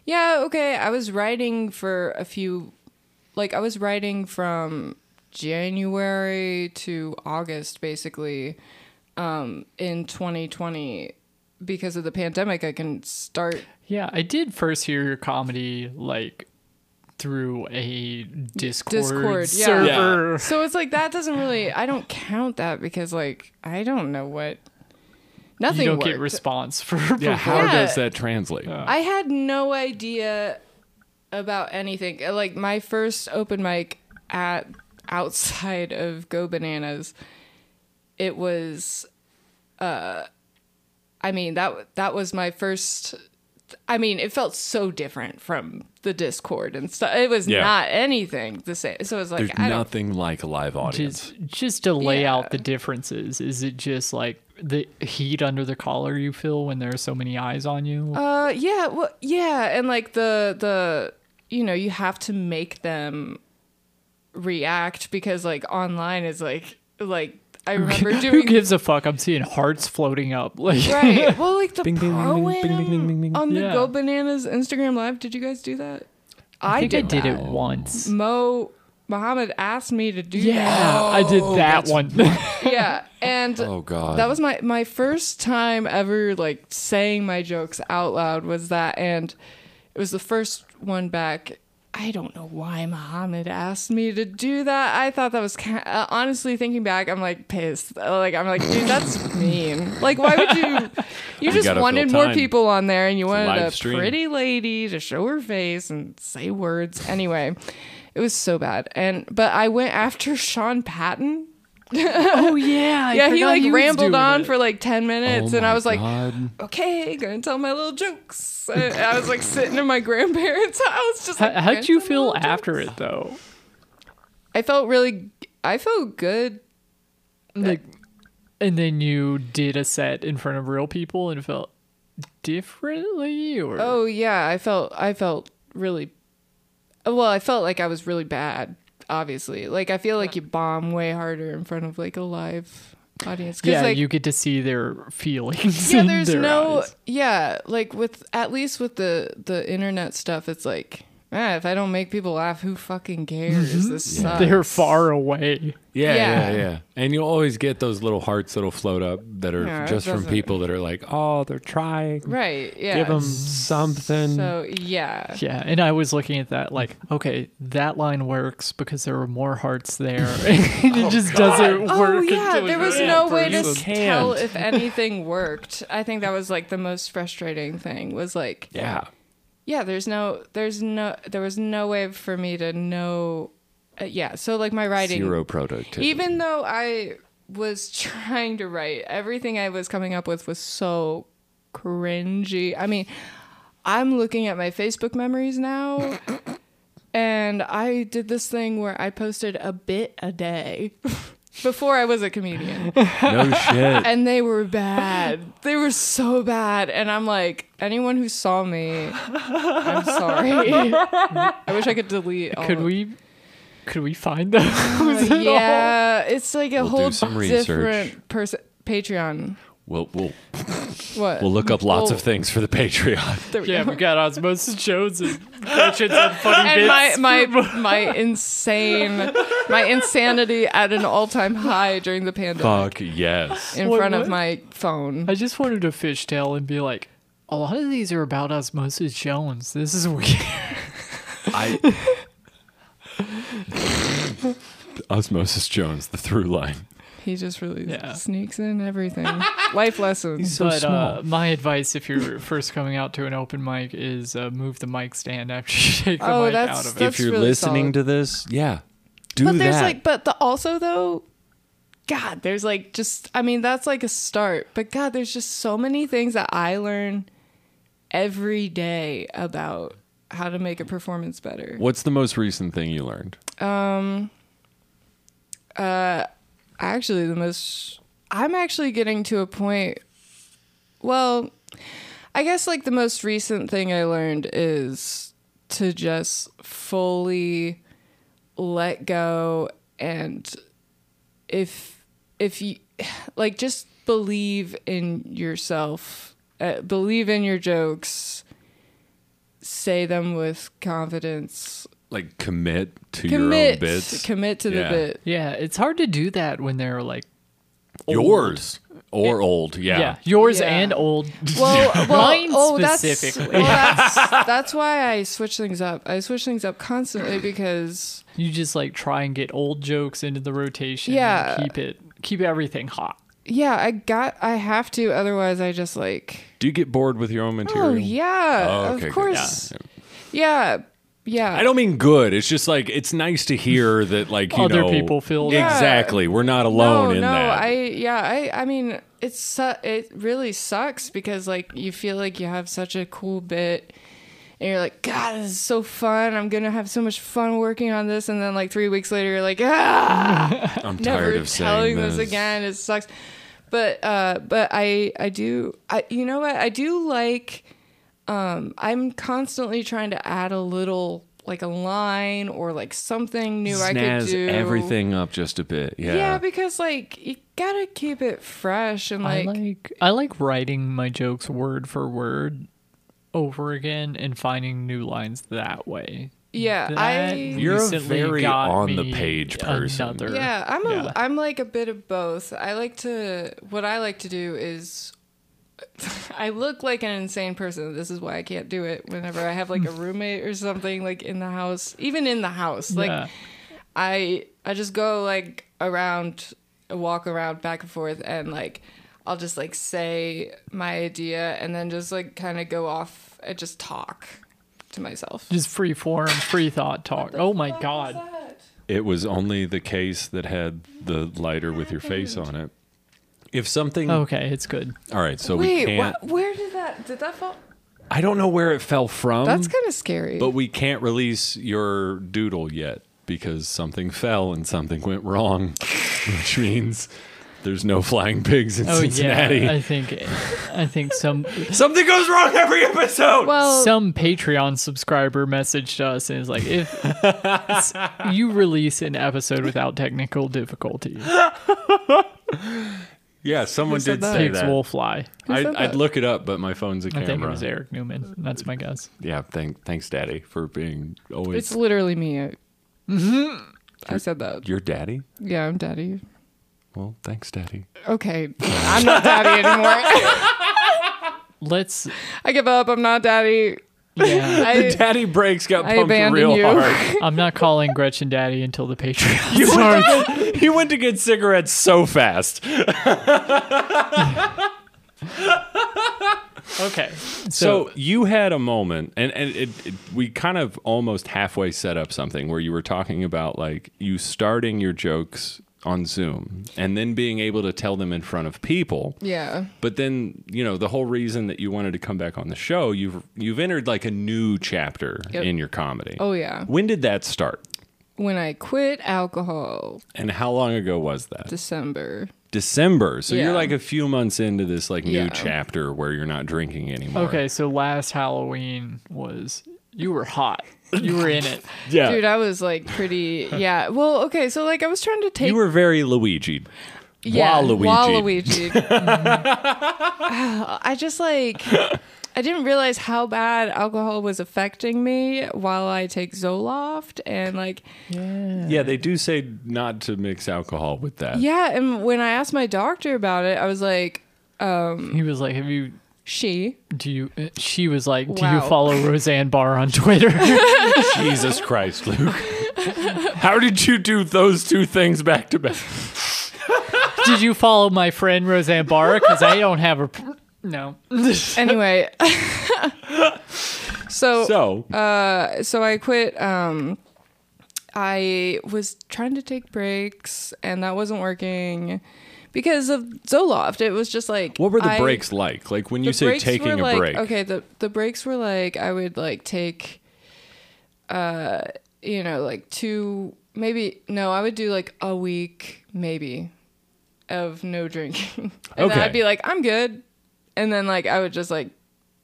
yeah, okay, I was writing for a few like I was writing from January to August basically um in 2020 because of the pandemic I can start yeah i did first hear your comedy like through a discord, Discord, yeah. server So it's like that doesn't really. I don't count that because like I don't know what. Nothing you don't worked. get response for Yeah. How Yeah. does that translate? I had no idea about anything. Uh, Like my first open mic at outside of Go Bananas, it was. Uh, I mean that that was my first. I mean, it felt so different from the Discord and stuff. It was Yeah. not anything the same. So it was like There's I don't nothing like a live audience. just just to lay Yeah. out the differences is it just like the heat under the collar you feel when there are so many eyes on you Uh, yeah, well, yeah, and like the the you know you have to make them react because like online is like like [laughs] I remember who doing gives a fuck i'm seeing hearts floating up [laughs] like right. Well, like the bing, pro bing, bing, bing, bing, bing, bing. am on the Yeah. Go Bananas Instagram live. Did you guys do that? i think i did that. it once Mo Muhammad asked me to do Yeah, I did Oh, that that's- one. [laughs] that. Yeah. And Oh God. that was my my first time ever like saying my jokes out loud was that and it was the first one back i don't know why muhammad asked me to do that i thought that was kind uh, honestly thinking back i'm like pissed Uh, like i'm like dude [laughs] that's mean like why would you you just gotta fill wanted more time. people on there and you wanted live a stream. pretty lady to show her face and say words anyway it was so bad and but i went after sean patton oh yeah, I yeah, he forgot like was rambled doing on it. for like 10 minutes, Oh and I my was like, God. okay, gonna tell my little jokes. [laughs] I, I was like sitting in my grandparents' [laughs] house, just like, How, how'd "Gonna you tell my feel little jokes." after it though? I felt really, I felt good. Like, and then you did a set in front of real people and felt differently, or Oh yeah, I felt, I felt really, well, I felt like I was really bad. Obviously, like I feel like you bomb way harder in front of like a live audience. 'Cause, yeah, like, you get to see their feelings. yeah in there's their no eyes. yeah like with at least with the the internet stuff it's like ah, if i don't make people laugh who fucking cares Mm-hmm. this sucks They're far away. Yeah, Yeah. yeah, yeah, And you'll always get those little hearts that'll float up that are Yeah, it just from doesn't- people that are like, oh, they're trying. right yeah Give them something. so yeah Yeah, and I was looking at that like, okay, that line works because there were more hearts there. [laughs] it just doesn't work. Oh yeah, until there was you're no that way to person. tell if anything worked. I think that was like the most frustrating thing was like yeah. yeah there's no there's no there was no way for me to know uh, yeah so like my writing Zero productivity. even though I was [laughs] trying to write, everything I was coming up with was so cringy. I mean, I'm looking at my Facebook memories [coughs] now, and I did this thing where I posted a bit a day [laughs] before I was a [laughs] comedian, [laughs] no shit. and they were bad. They were so bad, and I'm like, anyone who saw me, I'm [laughs] sorry. I wish I could delete. All Could of we could we find those? at all? yeah, it's like a We'll do whole some research. different person. Patreon. we'll, we'll, What? we'll look up lots Well- of things for the [laughs] Patreon. There we [laughs] Yeah, go. we got Osmosis Jones [laughs] and Patrons and funny And my bits. my [laughs] my insane my insanity at an all time high during the pandemic Fuck yes. in Wait, front of what? my phone. I just wanted to fishtail and be like, a lot of these are about Osmosis Jones. This is weird. I. Osmosis Jones, the through line. He just really Yeah. sneaks in everything. Life lessons. so but Uh, small. my advice, if you're [laughs] first coming out to an open mic, is uh, move the mic stand after [laughs] you take the Oh, mic that's- out of it. that's- if you're really listening solid. to this, yeah, do but there's that. like but the also though god there's like just i mean that's like a start but god there's just so many things that i learn every day about how to make a performance better What's the most recent thing you learned? actually the most i'm actually getting to a point well i guess like the most recent thing i learned is to just fully let go and if if you [sighs] like just believe in yourself uh, believe in your jokes say them with confidence Like commit to your own commit bits. commit to Yeah. the bit yeah, it's hard to do that when they're like, Yours or old, yeah. yeah, yours Yeah. and old. [laughs] Well, well Mine oh, specifically. That's, well, that's, that's why I switch things up. I switch things up constantly because [laughs] You just like try and get old jokes into the rotation. Yeah. and keep it, keep everything hot. yeah, I got I have to otherwise I just like Do you get bored with your own material? oh yeah, Oh, okay, of good. course. Yeah. Yeah. I don't mean good. It's just like it's nice to hear that like you Other know, people feel Yeah. exactly. We're not alone no, in no, that. I yeah, I I mean it's su- it really sucks because like you feel like you have such a cool bit and you're like god this is so fun i'm gonna have so much fun working on this and then like three weeks later you're like ah am never tired of telling saying this. again. It sucks. But uh, but I I do I you know what I do like. Um, I'm constantly trying to add a little like a line or like something new I could Snazz do. everything up just a bit. Yeah. Yeah. because like you gotta keep it fresh and I like, like I like writing my jokes word for word over again and finding new lines that way. yeah, That I You're You're a recently very got on the me page person. Another. Yeah, I'm a Yeah. am like a bit of both. I like to what I like to do is [laughs] I look like an insane person. This is why I can't do it whenever I have [laughs] like a roommate or something like in the house, even in the house. Like Yeah. I I just go like around a walk around back and forth and like I'll just like say my idea and then just like kind of go off and just talk to myself. Just free form, free thought talk. Oh my god. It was only the case that had the lighter with your face on it. If something, Okay, it's good. all right, so we Wait, can't. wh- where did that did that fall? I don't know where it fell from. That's kind of scary. But we can't release your doodle yet because something fell and something went wrong, [laughs] which means there's no flying pigs in Oh Cincinnati. yeah, I think I think some Something goes wrong every episode. well, some Patreon subscriber messaged us and is like, if s- you release an episode without technical difficulties, yeah, someone Who said did that? say pigs that. will fly. I, said I'd that? look it up, but my phone's a I camera. think it was Eric Newman. That's my guess. Yeah, thank, thanks, Daddy, for being always It's literally me. I, Mm-hmm. I said that. your daddy. Yeah, I'm daddy. Well, thanks, Daddy. Okay, I'm not daddy anymore. [laughs] Let's. I give up. I'm not daddy. [laughs] Yeah, I, [laughs] Daddy breaks got I pumped abandon real you. [laughs] hard. I'm not calling Gretchen Daddy until the [laughs] Patreon. You went, to, he went to get cigarettes so fast. Okay. So, So, you had a moment, and and it, it, we kind of almost halfway set up something where you were talking about like you starting your jokes on Zoom and then being able to tell them in front of people. yeah, But then you know the whole reason that you wanted to come back on the show, you've you've entered like a new chapter Yep. in your comedy. Oh, yeah. When did that start, when I quit alcohol, and how long ago was that? December. December. So Yeah. you're like a few months into this like new Yeah. chapter where you're not drinking anymore. okay. So last Halloween was you were hot. You were in it. Yeah. Dude, I was like [laughs] pretty. Yeah. Well, okay. So like, I was trying to take. you were very Luigi. yeah, Waluigi. Waluigi. [laughs] Mhm. I just like. I didn't realize how bad alcohol was affecting me while I take Zoloft and like Yeah, they do say not to mix alcohol with that. Yeah, and when I asked my doctor about it, I was like, He was like, "Have you? [laughs] "She, Do you?" uh, She was like, "Do Wow. you follow Roseanne Barr on [laughs] Twitter?" Jesus Christ, Luke. How did you do those two things back to back? Did you follow my friend Roseanne Barra? Because I don't have a. [laughs] No. anyway." [laughs] so, uh, so, So, I quit. Um, I was trying to take breaks, and that wasn't working because of Zoloft. It was just like, what were the I- breaks like? Like when you the say breaks taking were a like- break, Okay, the the breaks were like I would like take, uh, you know, like two maybe no, I would do like a week maybe, of no drinking, [laughs] and then Okay. I'd be like I'm good, and then like I would just like,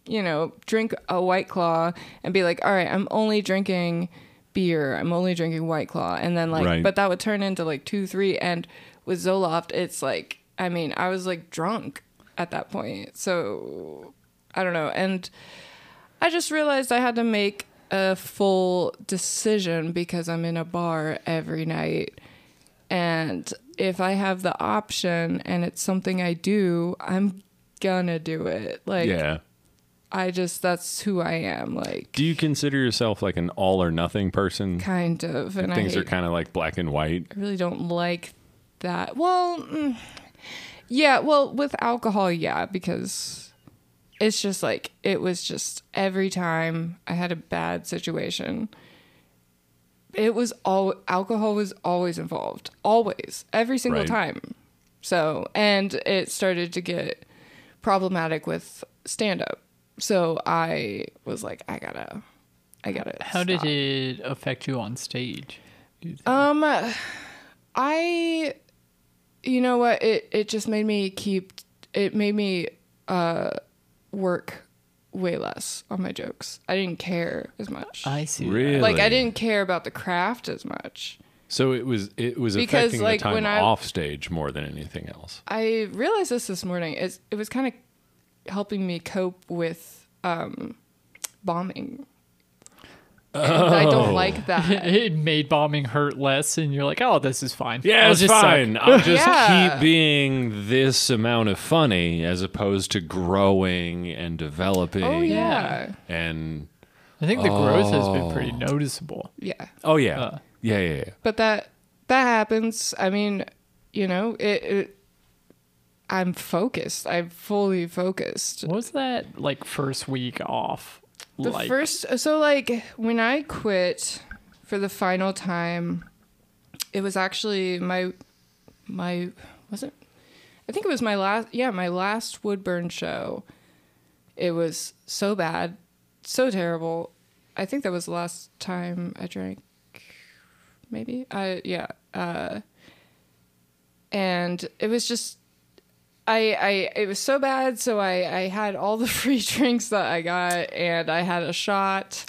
you know, drink a white claw and be like, all right, I'm only drinking beer, I'm only drinking white claw, and then like, Right. but that would turn into like two, three, and with Zoloft, it's like I mean, I was like drunk at that point, so I don't know, and I just realized I had to make a full decision because I'm in a bar every night, and if I have the option and it's something I do, I'm gonna do it. Like yeah. I just that's who I am. Like Do you consider yourself like an all or nothing person? kind of, and Things I are hate kind of like black and white. I really don't like that. Well, mm, yeah, well, with alcohol, yeah, because it's just like it was just every time I had a bad situation, it was all alcohol was always involved, always, every single Right. time. So, and it started to get problematic with stand up. So I was like, I gotta, I gotta. How did stop. it affect you on stage? Um, I, you know what? It it just made me keep. It made me uh work way less on my jokes. I didn't care as much. I see. Really? like I didn't care about the craft as much. So it was it was Because, affecting like, the time when I- off stage more than anything else. I realized this this morning. It's, it was kind of helping me cope with um bombing. And I Oh. don't like It, [laughs] that. it made bombing hurt less, and you're like, oh, this is fine. Yeah, I'll it's just suck. fine. [laughs] I'll just Yeah. keep being this amount of funny as opposed to growing and developing. Oh yeah. And I think the growth has been pretty noticeable. Yeah. oh yeah. Uh. yeah, yeah, yeah. But that that happens. I mean, you know, it, it I'm focused. I'm fully focused. What was that like first week off? The like, first, so like when I quit for the final time, it was actually my, my, was it? I think it was my last, yeah, my last Woodburn show. It was so bad, so terrible. I think that was the last time I drank, maybe. I, yeah. Uh, and it was just, I, I it was so bad, so I, I had all the [laughs] free drinks that I got, and I had a shot.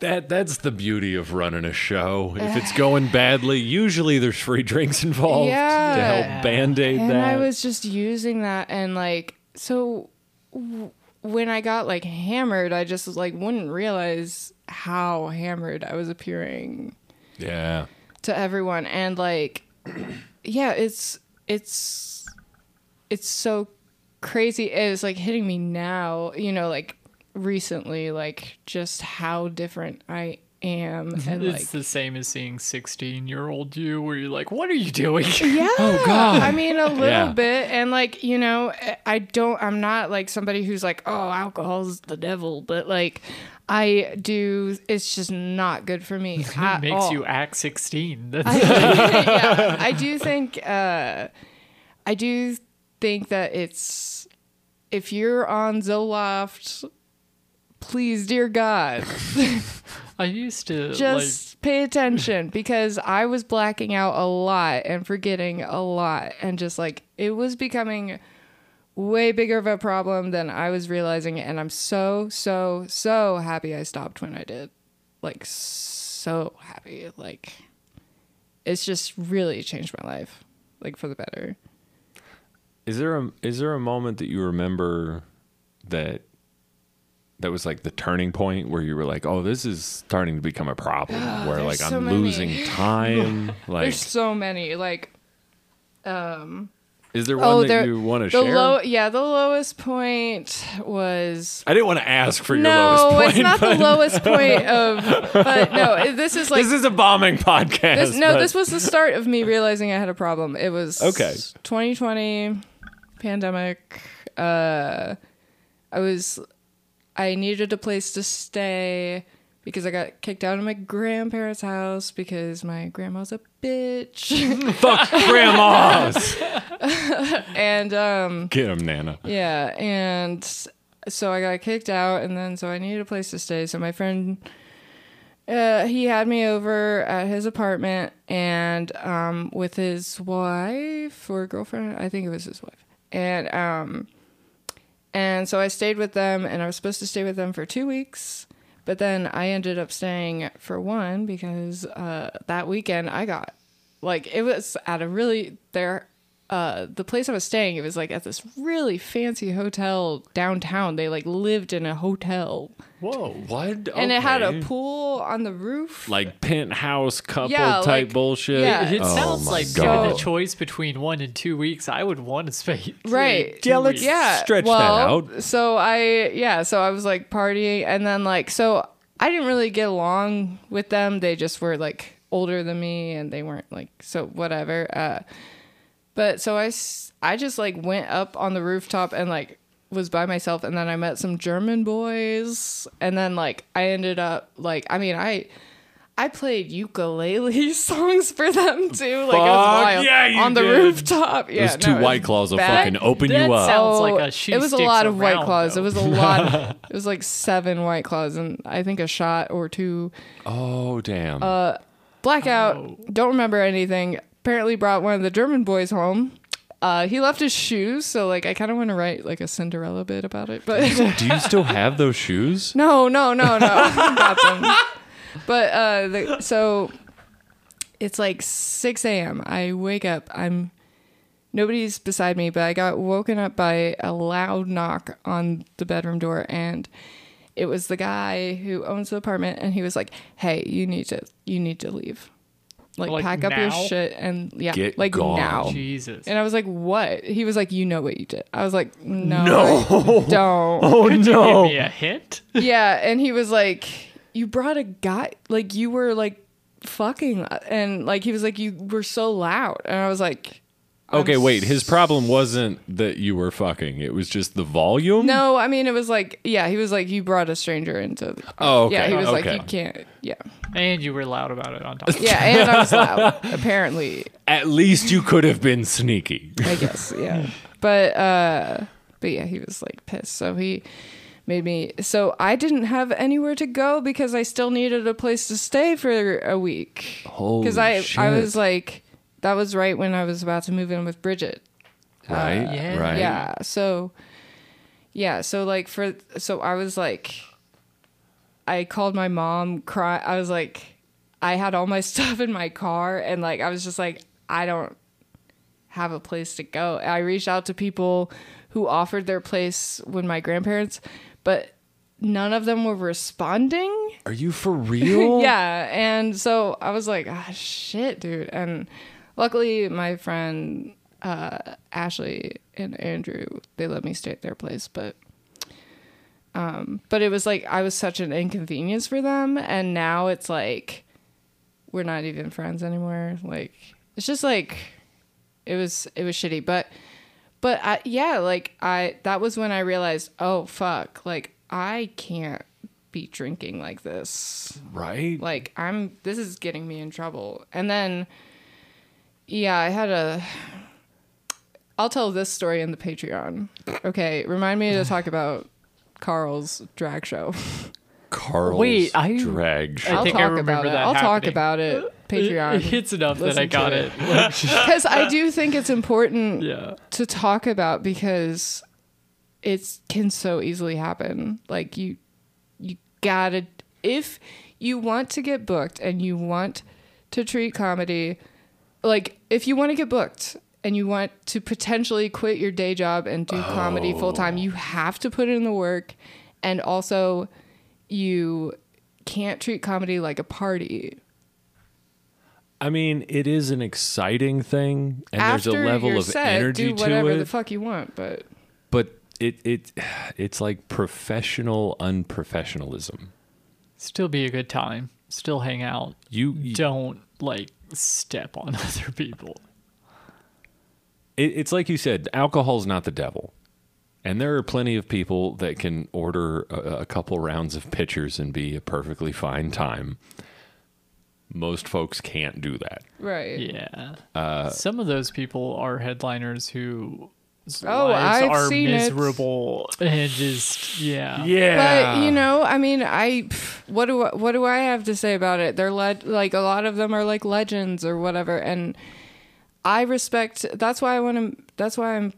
That that's the beauty of running a show. [laughs] If it's going badly, usually there's free drinks involved to Yeah. help band-aid and that. I was just using that, and like so, w- when I got like hammered, I just like wouldn't realize how hammered I was appearing yeah. to everyone, and like, yeah, it's it's it's so crazy. It's like hitting me now, you know, like recently, like just how different I am, and it's [laughs] like the same as seeing 16 year old you, where you're like, what are you doing? [laughs] Yeah. Oh God. I mean, a little Yeah. bit, and like you know, I don't. I'm not like somebody who's like, oh, alcohol's the devil, but like, I do. It's just not good for me. [laughs] It at makes all. you act 16. That's yeah, I do think. Uh, I do think that it's if you're on Zoloft. Please, dear God, [laughs] I used to like just pay [laughs] attention because I was blacking out a lot and forgetting a lot and just like it was becoming way bigger of a problem than I was realizing and I'm so so so happy I stopped when I did. Like so happy. Like it's just really changed my life like for the better. Is there a is there a moment that you remember that that was like the turning point where you were like, "Oh, this is starting to become a problem." Where like Ah, there's so I'm many. losing time. [laughs] like, There's so many like is there oh one that there you want to the share? low yeah, the lowest point was I didn't want to ask for your no, lowest point. it's not the lowest point [laughs] of. But no, it- this is like this is a bombing podcast. this- no. but- This was the start of me realizing I had a problem. It was Okay. 2020 pandemic. Uh, I was I needed a place to stay because I got kicked out of my grandparents' house because my grandma's a bitch, [laughs] fuck grandmas. and um, Get him, Nana. Yeah, and s- so I got kicked out, and then so I needed a place to stay. So my friend, uh, he had me over at his apartment, and um, with his wife or girlfriend, I think it was his wife, and um, and so I stayed with them, and I was supposed to stay with them for two weeks. But then I ended up staying for one because uh, that weekend I got like it was at a really there uh the place i was staying it was like at this really fancy hotel downtown they like lived in a hotel Whoa, what? and it had a Okay. pool on the roof like penthouse couple Yeah, type like- bullshit. yeah. It Oh sounds my like given God. the choice between one and two weeks, I would want to spend [laughs] right Yeah, let's yeah stretch that well, out. so i yeah so i was like partying and then like so i didn't really get along with them they just were like older than me and they weren't like so whatever uh but so i s- I just like went up on the rooftop and like was by myself and then i met some german boys and then like i ended up like i mean i I played ukulele [laughs] songs for them too. Like it was Fuck wild. yeah, you on the did. rooftop. Yeah, Those two no, it white was claws will bad. fucking open That you up. sounds- Oh, like a she it was a sticks lot of white around, claws. though. It was a [laughs] lot. it was like seven white claws and I think a shot or two. oh damn. Uh, Blackout. Oh. Don't remember anything. Apparently brought one of the German boys home. Uh, he left his shoes, so like I kind of want to write like a Cinderella bit about it, but [laughs] Do you still have those shoes? no, no, no, [laughs] no, not them. But uh, the, so it's like 6 a.m. I wake up. I'm nobody's beside me, but I got woken up by a loud knock on the bedroom door, and it was the guy who owns the apartment and he was like, "Hey, you need to you need to leave. Like, Like, pack up your now? shit and yeah, Get like gone. now." Jesus. And I was like, "What?" He was like, "You know what you did." I was like, "No." No. I [laughs] Don't. [laughs] Oh Give no. me a hint. yeah, and he was like, "You brought a guy like you were like fucking and like he was like you were so loud." And I was like, Okay, wait. His problem wasn't that you were fucking. It was just the volume. "No, I mean it was like yeah, he was like you brought a stranger into Oh, okay. Yeah, he was okay. like you can't. Yeah. And you were loud about it on top. Yeah, and I was loud [laughs] apparently. At least you could have been sneaky. [laughs] I guess, yeah. But uh but yeah, he was like pissed. So he made me so I didn't have anywhere to go because I still needed a place to stay for a week. Because I I was like that was right when I was about to move in with Bridget. right, yeah. right. Yeah. So yeah, so like for so I was like I called my mom cry I was like I had all my [laughs] stuff in my car and like I was just like I don't have a place to go. I reached out to people who offered their place when my grandparents, but none of them were responding. Are you [laughs] for real? Yeah, and so I was like, ah, shit, dude. And luckily, my friend uh, Ashley and Andrew they let me stay at their place, but um, but it was like I was such an inconvenience for them, and now it's like we're not even friends anymore. Like it's just like it was it was shitty, but but I, yeah, like I that was when I realized, oh fuck, like I can't be drinking like this Right. like i'm this is getting me in trouble and then yeah i had a i'll tell this story in the patreon okay remind me to talk about carl's drag show Carl's Wait, I- drag show. I i'll think talk remember about it that i'll talk happening. about it [laughs] It, patreon it's enough that I Listen to got it. it. because [laughs] i do think it's important yeah. to talk about because it can so easily happen. Like you you gotta if you want to get booked and you want to treat comedy like if you want to get booked and you want to potentially quit your day job and do comedy Oh. full time, you have to put in the work and also you can't treat comedy like a party. I mean, it is an exciting thing, and there's a After level you're of set, energy do whatever to it. the fuck you want, but but it it [sighs] it's like professional unprofessionalism. Still be a good time. Still hang out. You, you Don't like step on [laughs] other people. it, it's like you said, alcohol's not the devil. And there are plenty of people that can order a, a couple rounds of pitchers and be a perfectly fine time. Most folks can't do that. right. Yeah. Uh, Some of those people are headliners who Oh, lives I've are seen it. miserable and just yeah. But you know, I mean, I pff, what do I, what do I have to say about it? They're le- like a lot of them are like legends or whatever, and I respect. That's why I want to. That's why I'm,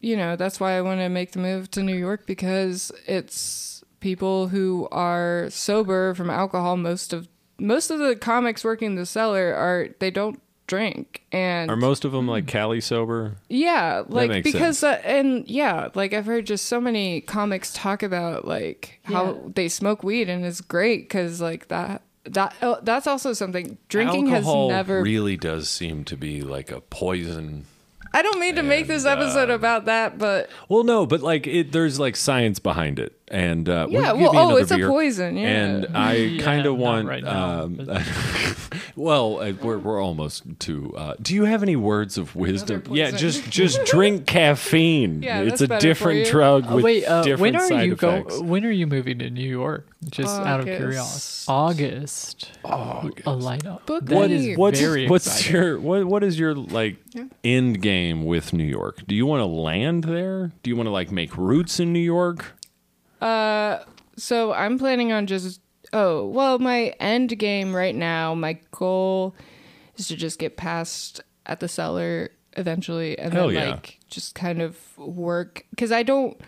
you know, that's why I want to make the move to New York because it's people who are sober from alcohol. Most of most of the comics working the cellar are they don't drink and Are most of them like Cali sober? yeah, like makes because uh, and yeah, like I've heard just so many comics talk about like how Yeah. they smoke weed and it's great cuz like that that oh, that's also something drinking Alcohol has never really does seem to be like a poison. I don't mean to make this episode uh, about that, but Well, no, but like it, there's like science behind it, and uh, Yeah, wouldn't you well, be another oh, it's a beer? poison, yeah. and I kind not of want. right now, um, [laughs] well, uh, we're we're almost to. Uh, do you have any words of wisdom? Another Yeah, poison. [laughs] just just drink caffeine. Yeah, it's that's a better for different you. drug with Wait, uh, different when are side you effects. go? When are you moving to New York? Just out of curiosity, August. A lineup. Book That me. is What's very what's exciting. your what what is your like end game with New York? Do you want to land there? Do you want to like make roots in New York? so I'm planning on just oh, well, my end game right now, my goal is to just get past at the cellar eventually and Hell then yeah. like just kind of work cuz I don't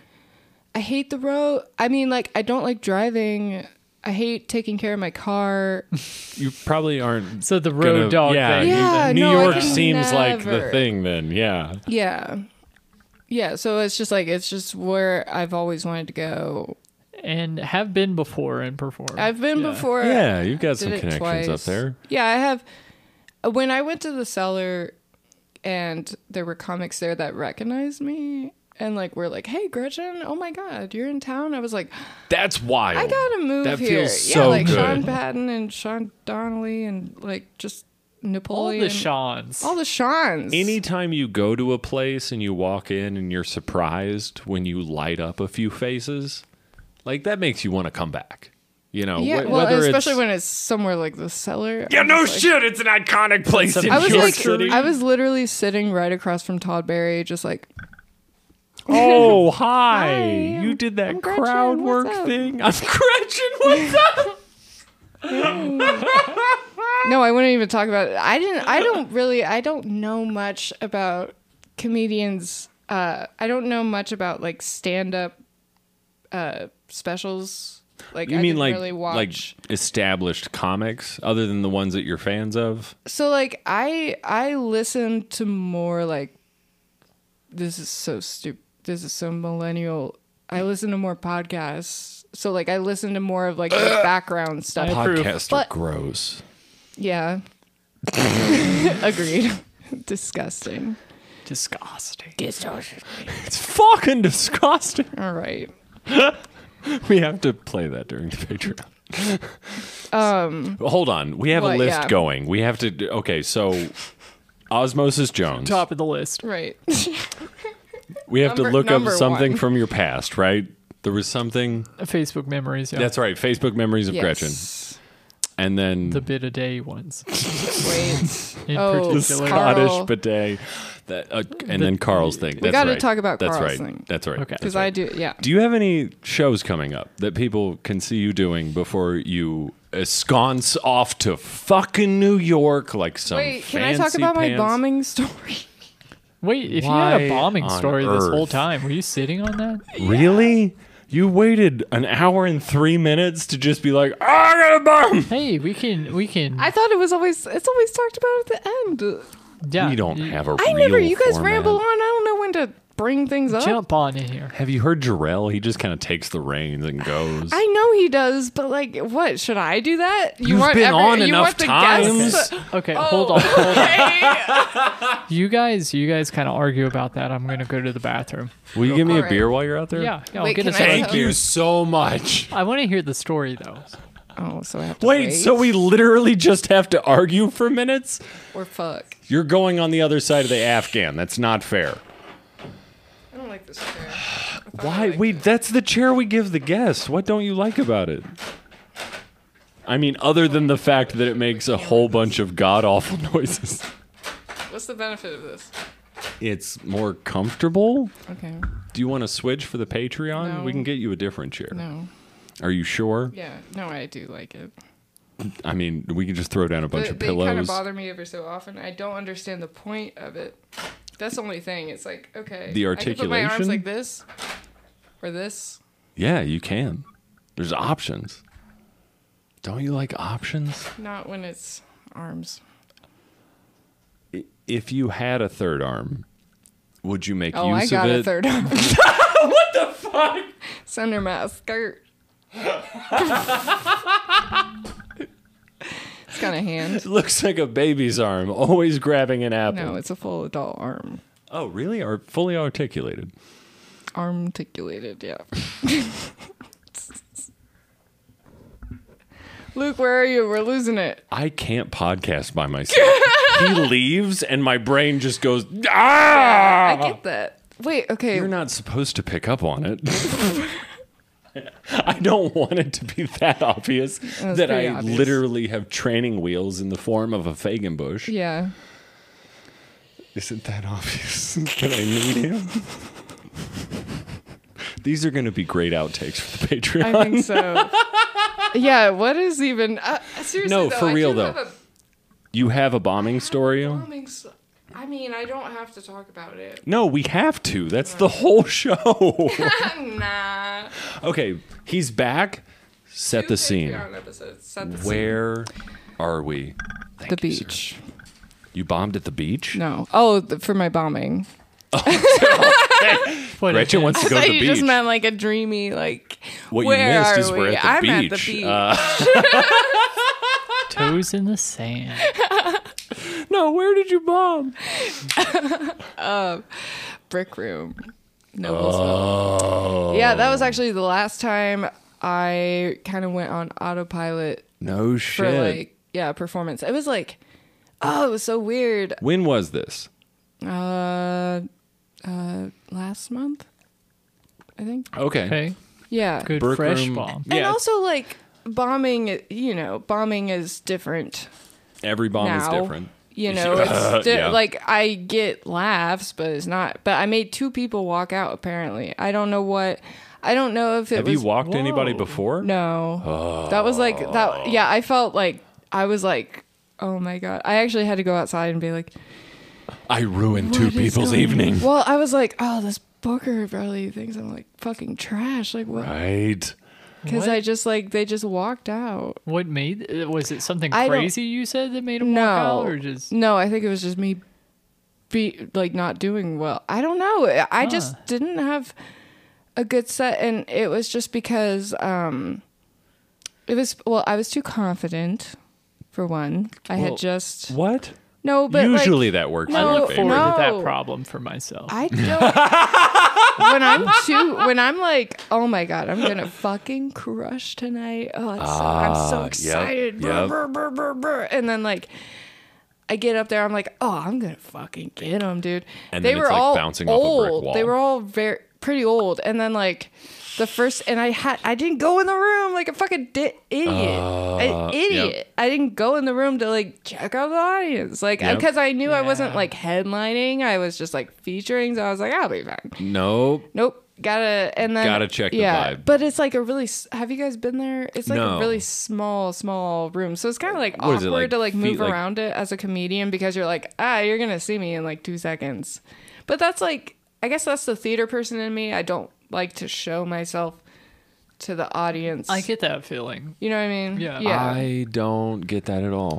I hate the road. I mean, like I don't like driving. I hate taking care of my car. [laughs] You probably aren't So the road gonna- dog. Yeah, thing. you- Yeah, New no, I York could seems like the never. thing. Then, yeah, yeah. Yeah, so it's just like it's just where I've always wanted to go. and have been before and performed. I've been Yeah. before. Yeah, you've got did some it connections up twice. there. Yeah, I have. uh, When I went to the cellar, and there were comics there that recognized me, and like were like, "Hey, Gretchen! Oh my God, you're in town!" I was like, That's wild. "I gotta move That here." feels yeah, so like Sean good. Patton and Sean Donnelly and like just all Napoleon, the Sean's. all the Sean's. Anytime you go to a place and you walk in and you're surprised when you light up a few faces, like that makes you want to come back. You know, yeah, wh- well, whether especially it's, when it's somewhere like the cellar. yeah, I'm no just like- shit, it's an iconic place in I was York like, City. I was literally sitting right across from Todd Berry, just like [laughs] oh, hi. Hi, you I'm- did that I'm Gretchen, crowd what's work up? thing. I'm Gretchen. [laughs] What's up? No, I wouldn't even talk about it. I didn't. I don't really. I don't know much about comedians. Uh, I don't know much about like stand-up uh, specials. Like You I mean didn't like really like watch. established comics other than the ones that you're fans of? so like I I listened to more like this is so stupid. This is so millennial. I listen to more podcasts. So like I listen to more of like [clears throat] the background stuff. approve. Podcasts are But- gross. Yeah. [laughs] Agreed. [laughs] Disgusting. Disgusting. It's fucking disgusting. [laughs] All right. We have to play that during the Patreon. Um, hold on. We have a what, list yeah. going. We have to. do- Okay, so Osmosis Jones. Top of the list. Right. we have to number- look up number something one. from your past, right? There was something. Facebook memories. Yeah. That's right. Facebook memories of Gretchen, and then the bit a [laughs] day ones. Wait. In Oh, particular. the Scottish Carl. bidet, that, uh, and then Carl's thing. That's gotta right. talk about That's Carl's right. thing. That's right. Okay. That's Because right. I do, yeah. Do you have any shows coming up that people can see you doing before you esconce off to fucking New York like some Wait, can I talk fancy about my pants? bombing story? Wait, if you had Why a bombing on story this whole earth? time, were you sitting on that? Really? You waited an hour and three minutes to just be like, "Ah, I got a bomb. Hey, we can we [laughs] can. I thought it was always, it's always talked about at the end. yeah, We don't you- have a. I never, real you guys format. ramble on. I don't know when to bring things up. jump on in here. Have you heard Jarrell? He just kind of takes the reins and goes. I know he does, but like, what? Should I do that? You You've want been every- on you enough want the times. [laughs] guests- Okay, [laughs] hold on. Hold on. You guys, you guys kind of argue about that. I'm gonna go to the bathroom. Will you give me a Alright. beer while you're out there? Yeah, yeah. I'll Wait, get can us I another tell- Thank beer. you so much. I want to hear the story though. Oh, so I have to Wait, wait. so we literally just have to argue for minutes? Or fuck. You're going on the other side of the Afghan. That's not fair. I don't like this [sighs] chair. Why? Wait, that's the chair we give the guests. What don't you like about it? I mean, other than the fact that it makes a whole bunch of god awful [laughs] noises, What's the benefit of this? it's more comfortable. Okay. Do you want to switch for the Patreon? No. We can get you a different chair. No. Are you sure? Yeah. No, I do like it. I mean, we can just throw down a bunch They- of they kind of pillows. bother me every so often. I don't understand the point of it. That's the only thing. It's like okay, The I can put my articulation? arms like this or this. yeah, you can. There's options. Don't you like options? Not when it's arms. If you had a third arm, would you make Oh, use I got of it? a third [laughs] arm. what the fuck? Send her my [laughs] skirt. it's got a hand. It [laughs] looks like a baby's arm, always grabbing an apple. No, it's a full adult arm. Oh, really? Or fully articulated? Articulated, yeah. [laughs] Luke, where are you? We're losing it. I can't podcast [laughs] by myself. he leaves, and my brain just goes, ah! I get that. Wait, okay. You're not supposed to pick up on it. [laughs] I don't want it to be that obvious was that I pretty obvious. literally have training wheels in the form of a Fagan bush. yeah. Isn't that obvious [laughs] that I need him? These are going to be great outtakes for the Patreon. I think [laughs] so. yeah, what is even uh, seriously No, though, for I real, do have though. a you have a bombing story? bombing s- I mean, I don't have to talk about it. No, we have to. That's the whole show. [laughs] [laughs] nah. okay, he's back. Set Two the scene. Patreon episodes, set the scene. Where are we? Thank the you, sir. beach. You bombed at the beach? No. Oh, th- for my bombing. What a Gretchen hit. wants I to go thought to [laughs] the you just beach. meant like a dreamy, like What you where missed are is we're we? at the I'm beach. at the beach. Uh, [laughs] toes in the sand. no, where did you bomb? Brick room. Noblesville. Oh, yeah, that was actually the last time I kind of went on autopilot no for shit. like yeah performance. It was like, oh, it was so weird. when was this? Uh, uh, last month, I think. Okay. Okay, Yeah. good Brick fresh room. bomb. And Yeah. also like bombing, you know, bombing is different Every bomb is now. different. You know, [laughs] it's di- yeah. like I get laughs, but it's not. But I made two people walk out. Apparently, I don't know what. I don't know if it Have was. you walked anybody Whoa. before? No, that was like that. Yeah, I felt like I was like, oh my god. I actually had to go outside and be like, I ruined two people's evening. well, I was like, oh, this Booker probably thinks I'm like fucking trash. Like what? Right. Because What? I just like they just walked out. What made? uh, Was it something I don't- crazy you said that made him No, walk out, or just no. I think it was just me, be like not doing well. I don't know. I- I just didn't have a good set, and it was just because um, it was well, I was too confident for one. I Well, had just What? no, but like, Usually that works I No, in your look favor. forward to that No. problem for myself? [laughs] I don't. when I'm too, when I'm like, oh my god, I'm gonna fucking crush tonight. Oh, it's so, I'm so Ah, yep, excited. Brr, yep. brr, brr, brr, brr. And then like, I get up there, I'm like, oh, I'm gonna fucking get them, dude. And they then were it's like all bouncing off a old. brick They wall. were all very pretty old. And then like, the first, and I had, I didn't go in the room like a fucking di- idiot, Uh, an idiot. yep. I didn't go in the room to like check out the audience, like Yep. because I knew I wasn't like headlining. I was just like featuring, so I was like, I'll be fine. No. Nope, gotta and then Gotta check the vibe. But it's like a really. s- Have you guys been there? It's like No. a really small, small room, so it's kind of like What awkward is it, like, to like feet, move like- around it as a comedian because you're like, ah, you're gonna see me in like two seconds. But that's like, I guess that's the theater person in me. I don't like to show myself to the audience. I get that feeling. You know what I mean? Yeah. Yeah. I don't get that at all.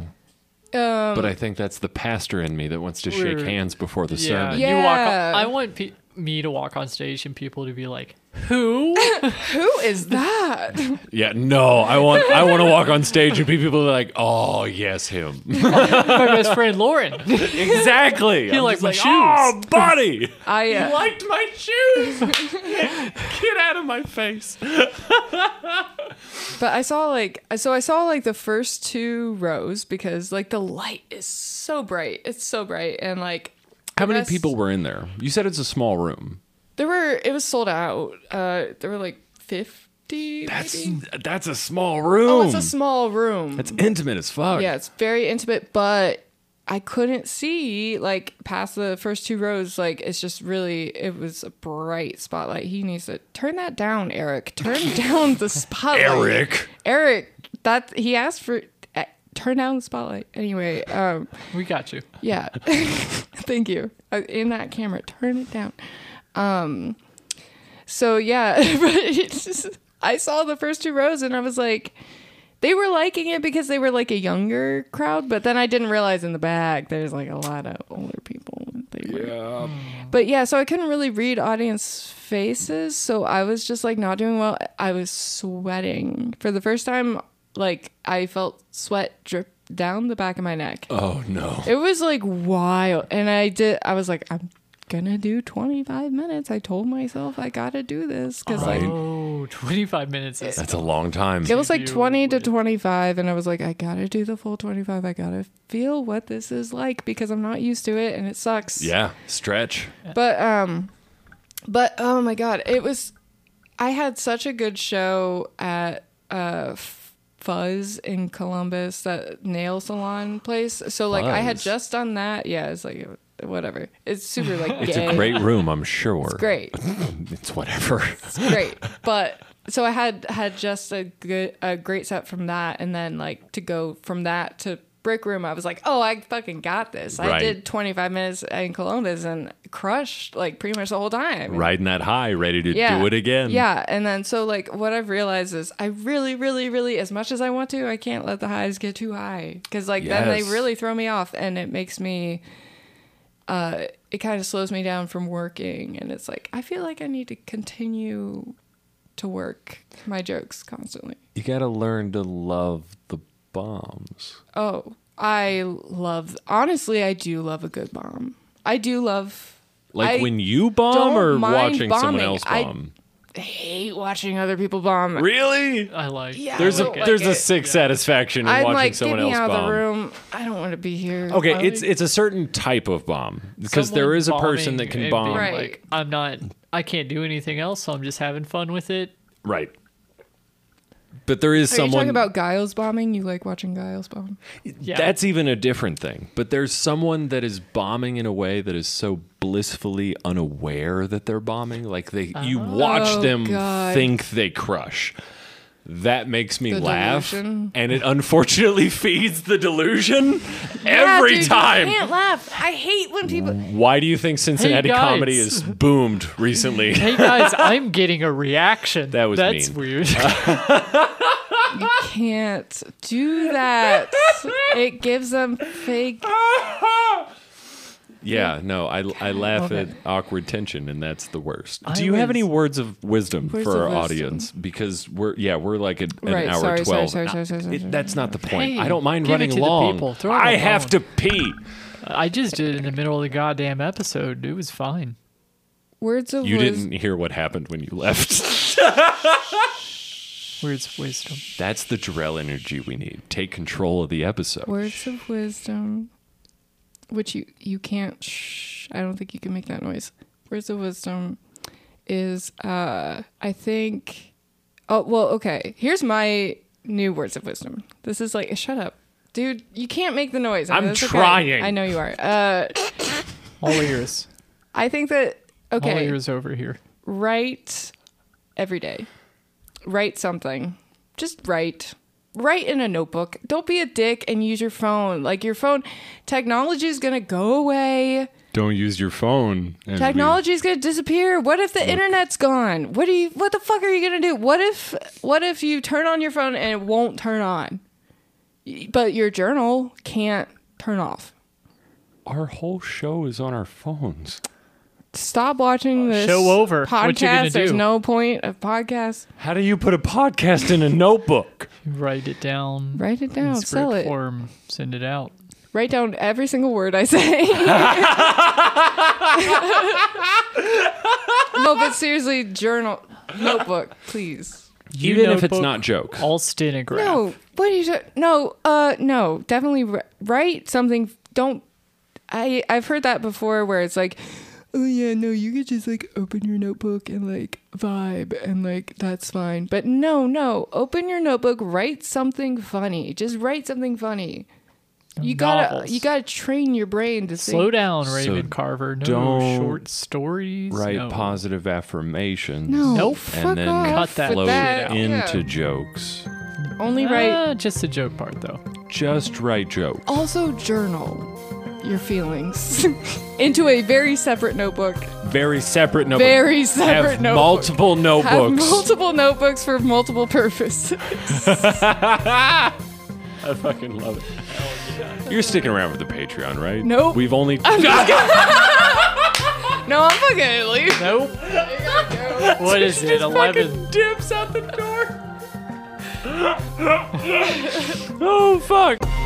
um, But I think that's the pastor in me that wants to shake We're- hands before the Yeah, sermon. you walk. On, Yeah. I want pe- me to walk on stage and people to be like, "Who?" who is that? Yeah, no, I want I want to walk on stage and be people like, oh yes, him. My best friend Lauren. [laughs] He [laughs] exactly. He liked my shoes. [laughs] Oh, buddy, I uh, liked my shoes. [laughs] Get out of my face. [laughs] But I saw like so I saw like the first two rows because like the light is so bright. It's so bright and like How the many rest- people were in there? You said it's a small room. There were it was sold out. Uh there were like 50 maybe. that's a small room. Oh, it's a small room. It's intimate as fuck. yeah, it's very intimate, but I couldn't see like past the first two rows like it's just really it was a bright spotlight. He needs to turn that down, Eric. Turn down the spotlight. Eric. Eric, that he asked for eh, turn down the spotlight. Anyway, um we got you. Yeah. [laughs] Thank you. Uh, In that camera, turn it down. Um so yeah, [laughs] but it's just, I saw the first two rows and I was like they were liking it because they were like a younger crowd, but then I didn't realize in the back there's like a lot of older people. They were Yeah. but yeah, so I couldn't really read audience faces, so I was just like not doing well. I was sweating for the first time. Like I felt sweat drip down the back of my neck. Oh no. It was like wild, and I did. I was like, I'm gonna do 25 minutes. I told myself I gotta do this because like Oh, 25 minutes. Is, That's a long time. it was like you 20 to 25, and I was like, I gotta do the full 25. I gotta feel what this is like because I'm not used to it, and it sucks. yeah, stretch. but um but oh my god it was i had such a good show at uh F- fuzz in columbus that nail salon place so like i had Fuzz? just done that yeah it's like whatever it's super like It's gay. a great room, I'm sure. It's great It's whatever. [laughs] it's great but so i had had just a good a great set from that and then like to go from that to brick room i was like oh i fucking got this i Right. did 25 minutes in columbus and crushed like pretty much the whole time Riding that high, ready to yeah. do it again. Yeah. And then so like what I've realized is I really, really, really as much as I want to, I can't let the highs get too high. Cause like then they Yes. really throw me off and it makes me uh, it kind of slows me down from working, and it's like I feel like I need to continue to work my jokes constantly. You got to learn to love the bombs. Oh, I love. Honestly, I do love a good bomb. I do love. Like I when you bomb don't or mind watching someone bombing. else I- bomb. hate watching other people bomb. really? I like. Yeah, There's I a don't like there's a it. sick satisfaction in I'm watching like, get someone me else out of bomb. the room. I don't want to be here. Okay, I it's like- it's a certain type of bomb because someone there is a person bombing that and can being bomb. Right. Like I'm not. I can't do anything else, so I'm just having fun with it. Right. But there is Are you someone talking about Giles bombing? You like watching Giles bomb? Yeah. that's even a different thing. But there's someone that is bombing in a way that is so blissfully unaware that they're bombing. Like they you watch Oh, them God. think they crush. That makes me The laugh. delusion. And it unfortunately [laughs] feeds the delusion every Yeah, dude, time. You can't laugh. I hate when people. Why do you think Cincinnati guys. comedy has boomed [laughs] recently? [laughs] Hey guys, I'm getting a reaction. That was that's mean. weird. [laughs] [laughs] You [laughs] can't do that. it gives them fake. Yeah, no, I, I laugh Okay. at awkward tension, and that's the worst. I Do you have was- any words of wisdom Words for our of wisdom. audience? Because we're yeah, we're like at an Right, hour sorry, sorry, twelve. sorry, Nah, sorry, sorry, sorry, it- sorry, that's not the point. Hey, I don't mind give it running to the long. people. Throw it I on have bone. to pee. I just did it in the middle of the goddamn episode. It was fine. Words of You wis- didn't hear what happened when you left. [laughs] Words of wisdom. that's the Jarell energy we need. Take control of the episode. Words of wisdom, which you you can't. Shh, I don't think you can make that noise. Words of wisdom is, uh, I think. Oh well, okay. Here's my new words of wisdom. This is like, shut up, dude. You can't make the noise. I I'm know it's okay. trying. I know you are. Uh, All ears. I think that All okay. ears over here. write every day. Write something. Just write. Write in a notebook. Don't be a dick and use your phone. Like your phone technology is going to go away. Don't use your phone. and Technology is going to disappear. What if the internet's gone? What do you what the fuck are you going to do? What if what if you turn on your phone and it won't turn on? Y- But your journal can't turn off. we- Our whole show is on our phones. Stop watching this show over. podcast. What you gonna There's do? no point of podcast. How do you put a podcast in a notebook? Write it down. Write it in down. script Sell it. form. Send it out. Write down every single word I [laughs] say. no, but seriously, journal, notebook, please. You Even if it's notebook, not joke. all stenograph. No, what are you? ta- No, uh, no, definitely wri- write something. Don't. I I've heard that before, where it's like, oh yeah, no, you could just like open your notebook and like vibe and like that's fine. But no, no, open your notebook, write something funny. Just write something funny. You gotta Novels. you gotta train your brain to Slow think- down, Raven So Carver. No don't short stories. Write no. positive affirmations. No. Nope. Fuck and then off cut that with flow float that. into Yeah. jokes. Only write. Ah, just the joke part though. Just write jokes. Also journal your feelings into a very separate notebook. Very separate notebooks. Very separate Have notebook. multiple Have notebooks. multiple notebooks for multiple purposes. [laughs] I fucking love it. You're sticking around with the Patreon, right? Nope. We've [laughs] only. no, I'm fucking gonna leave. Nope. what is it? Eleven. Fucking [laughs] dips out the door. oh fuck.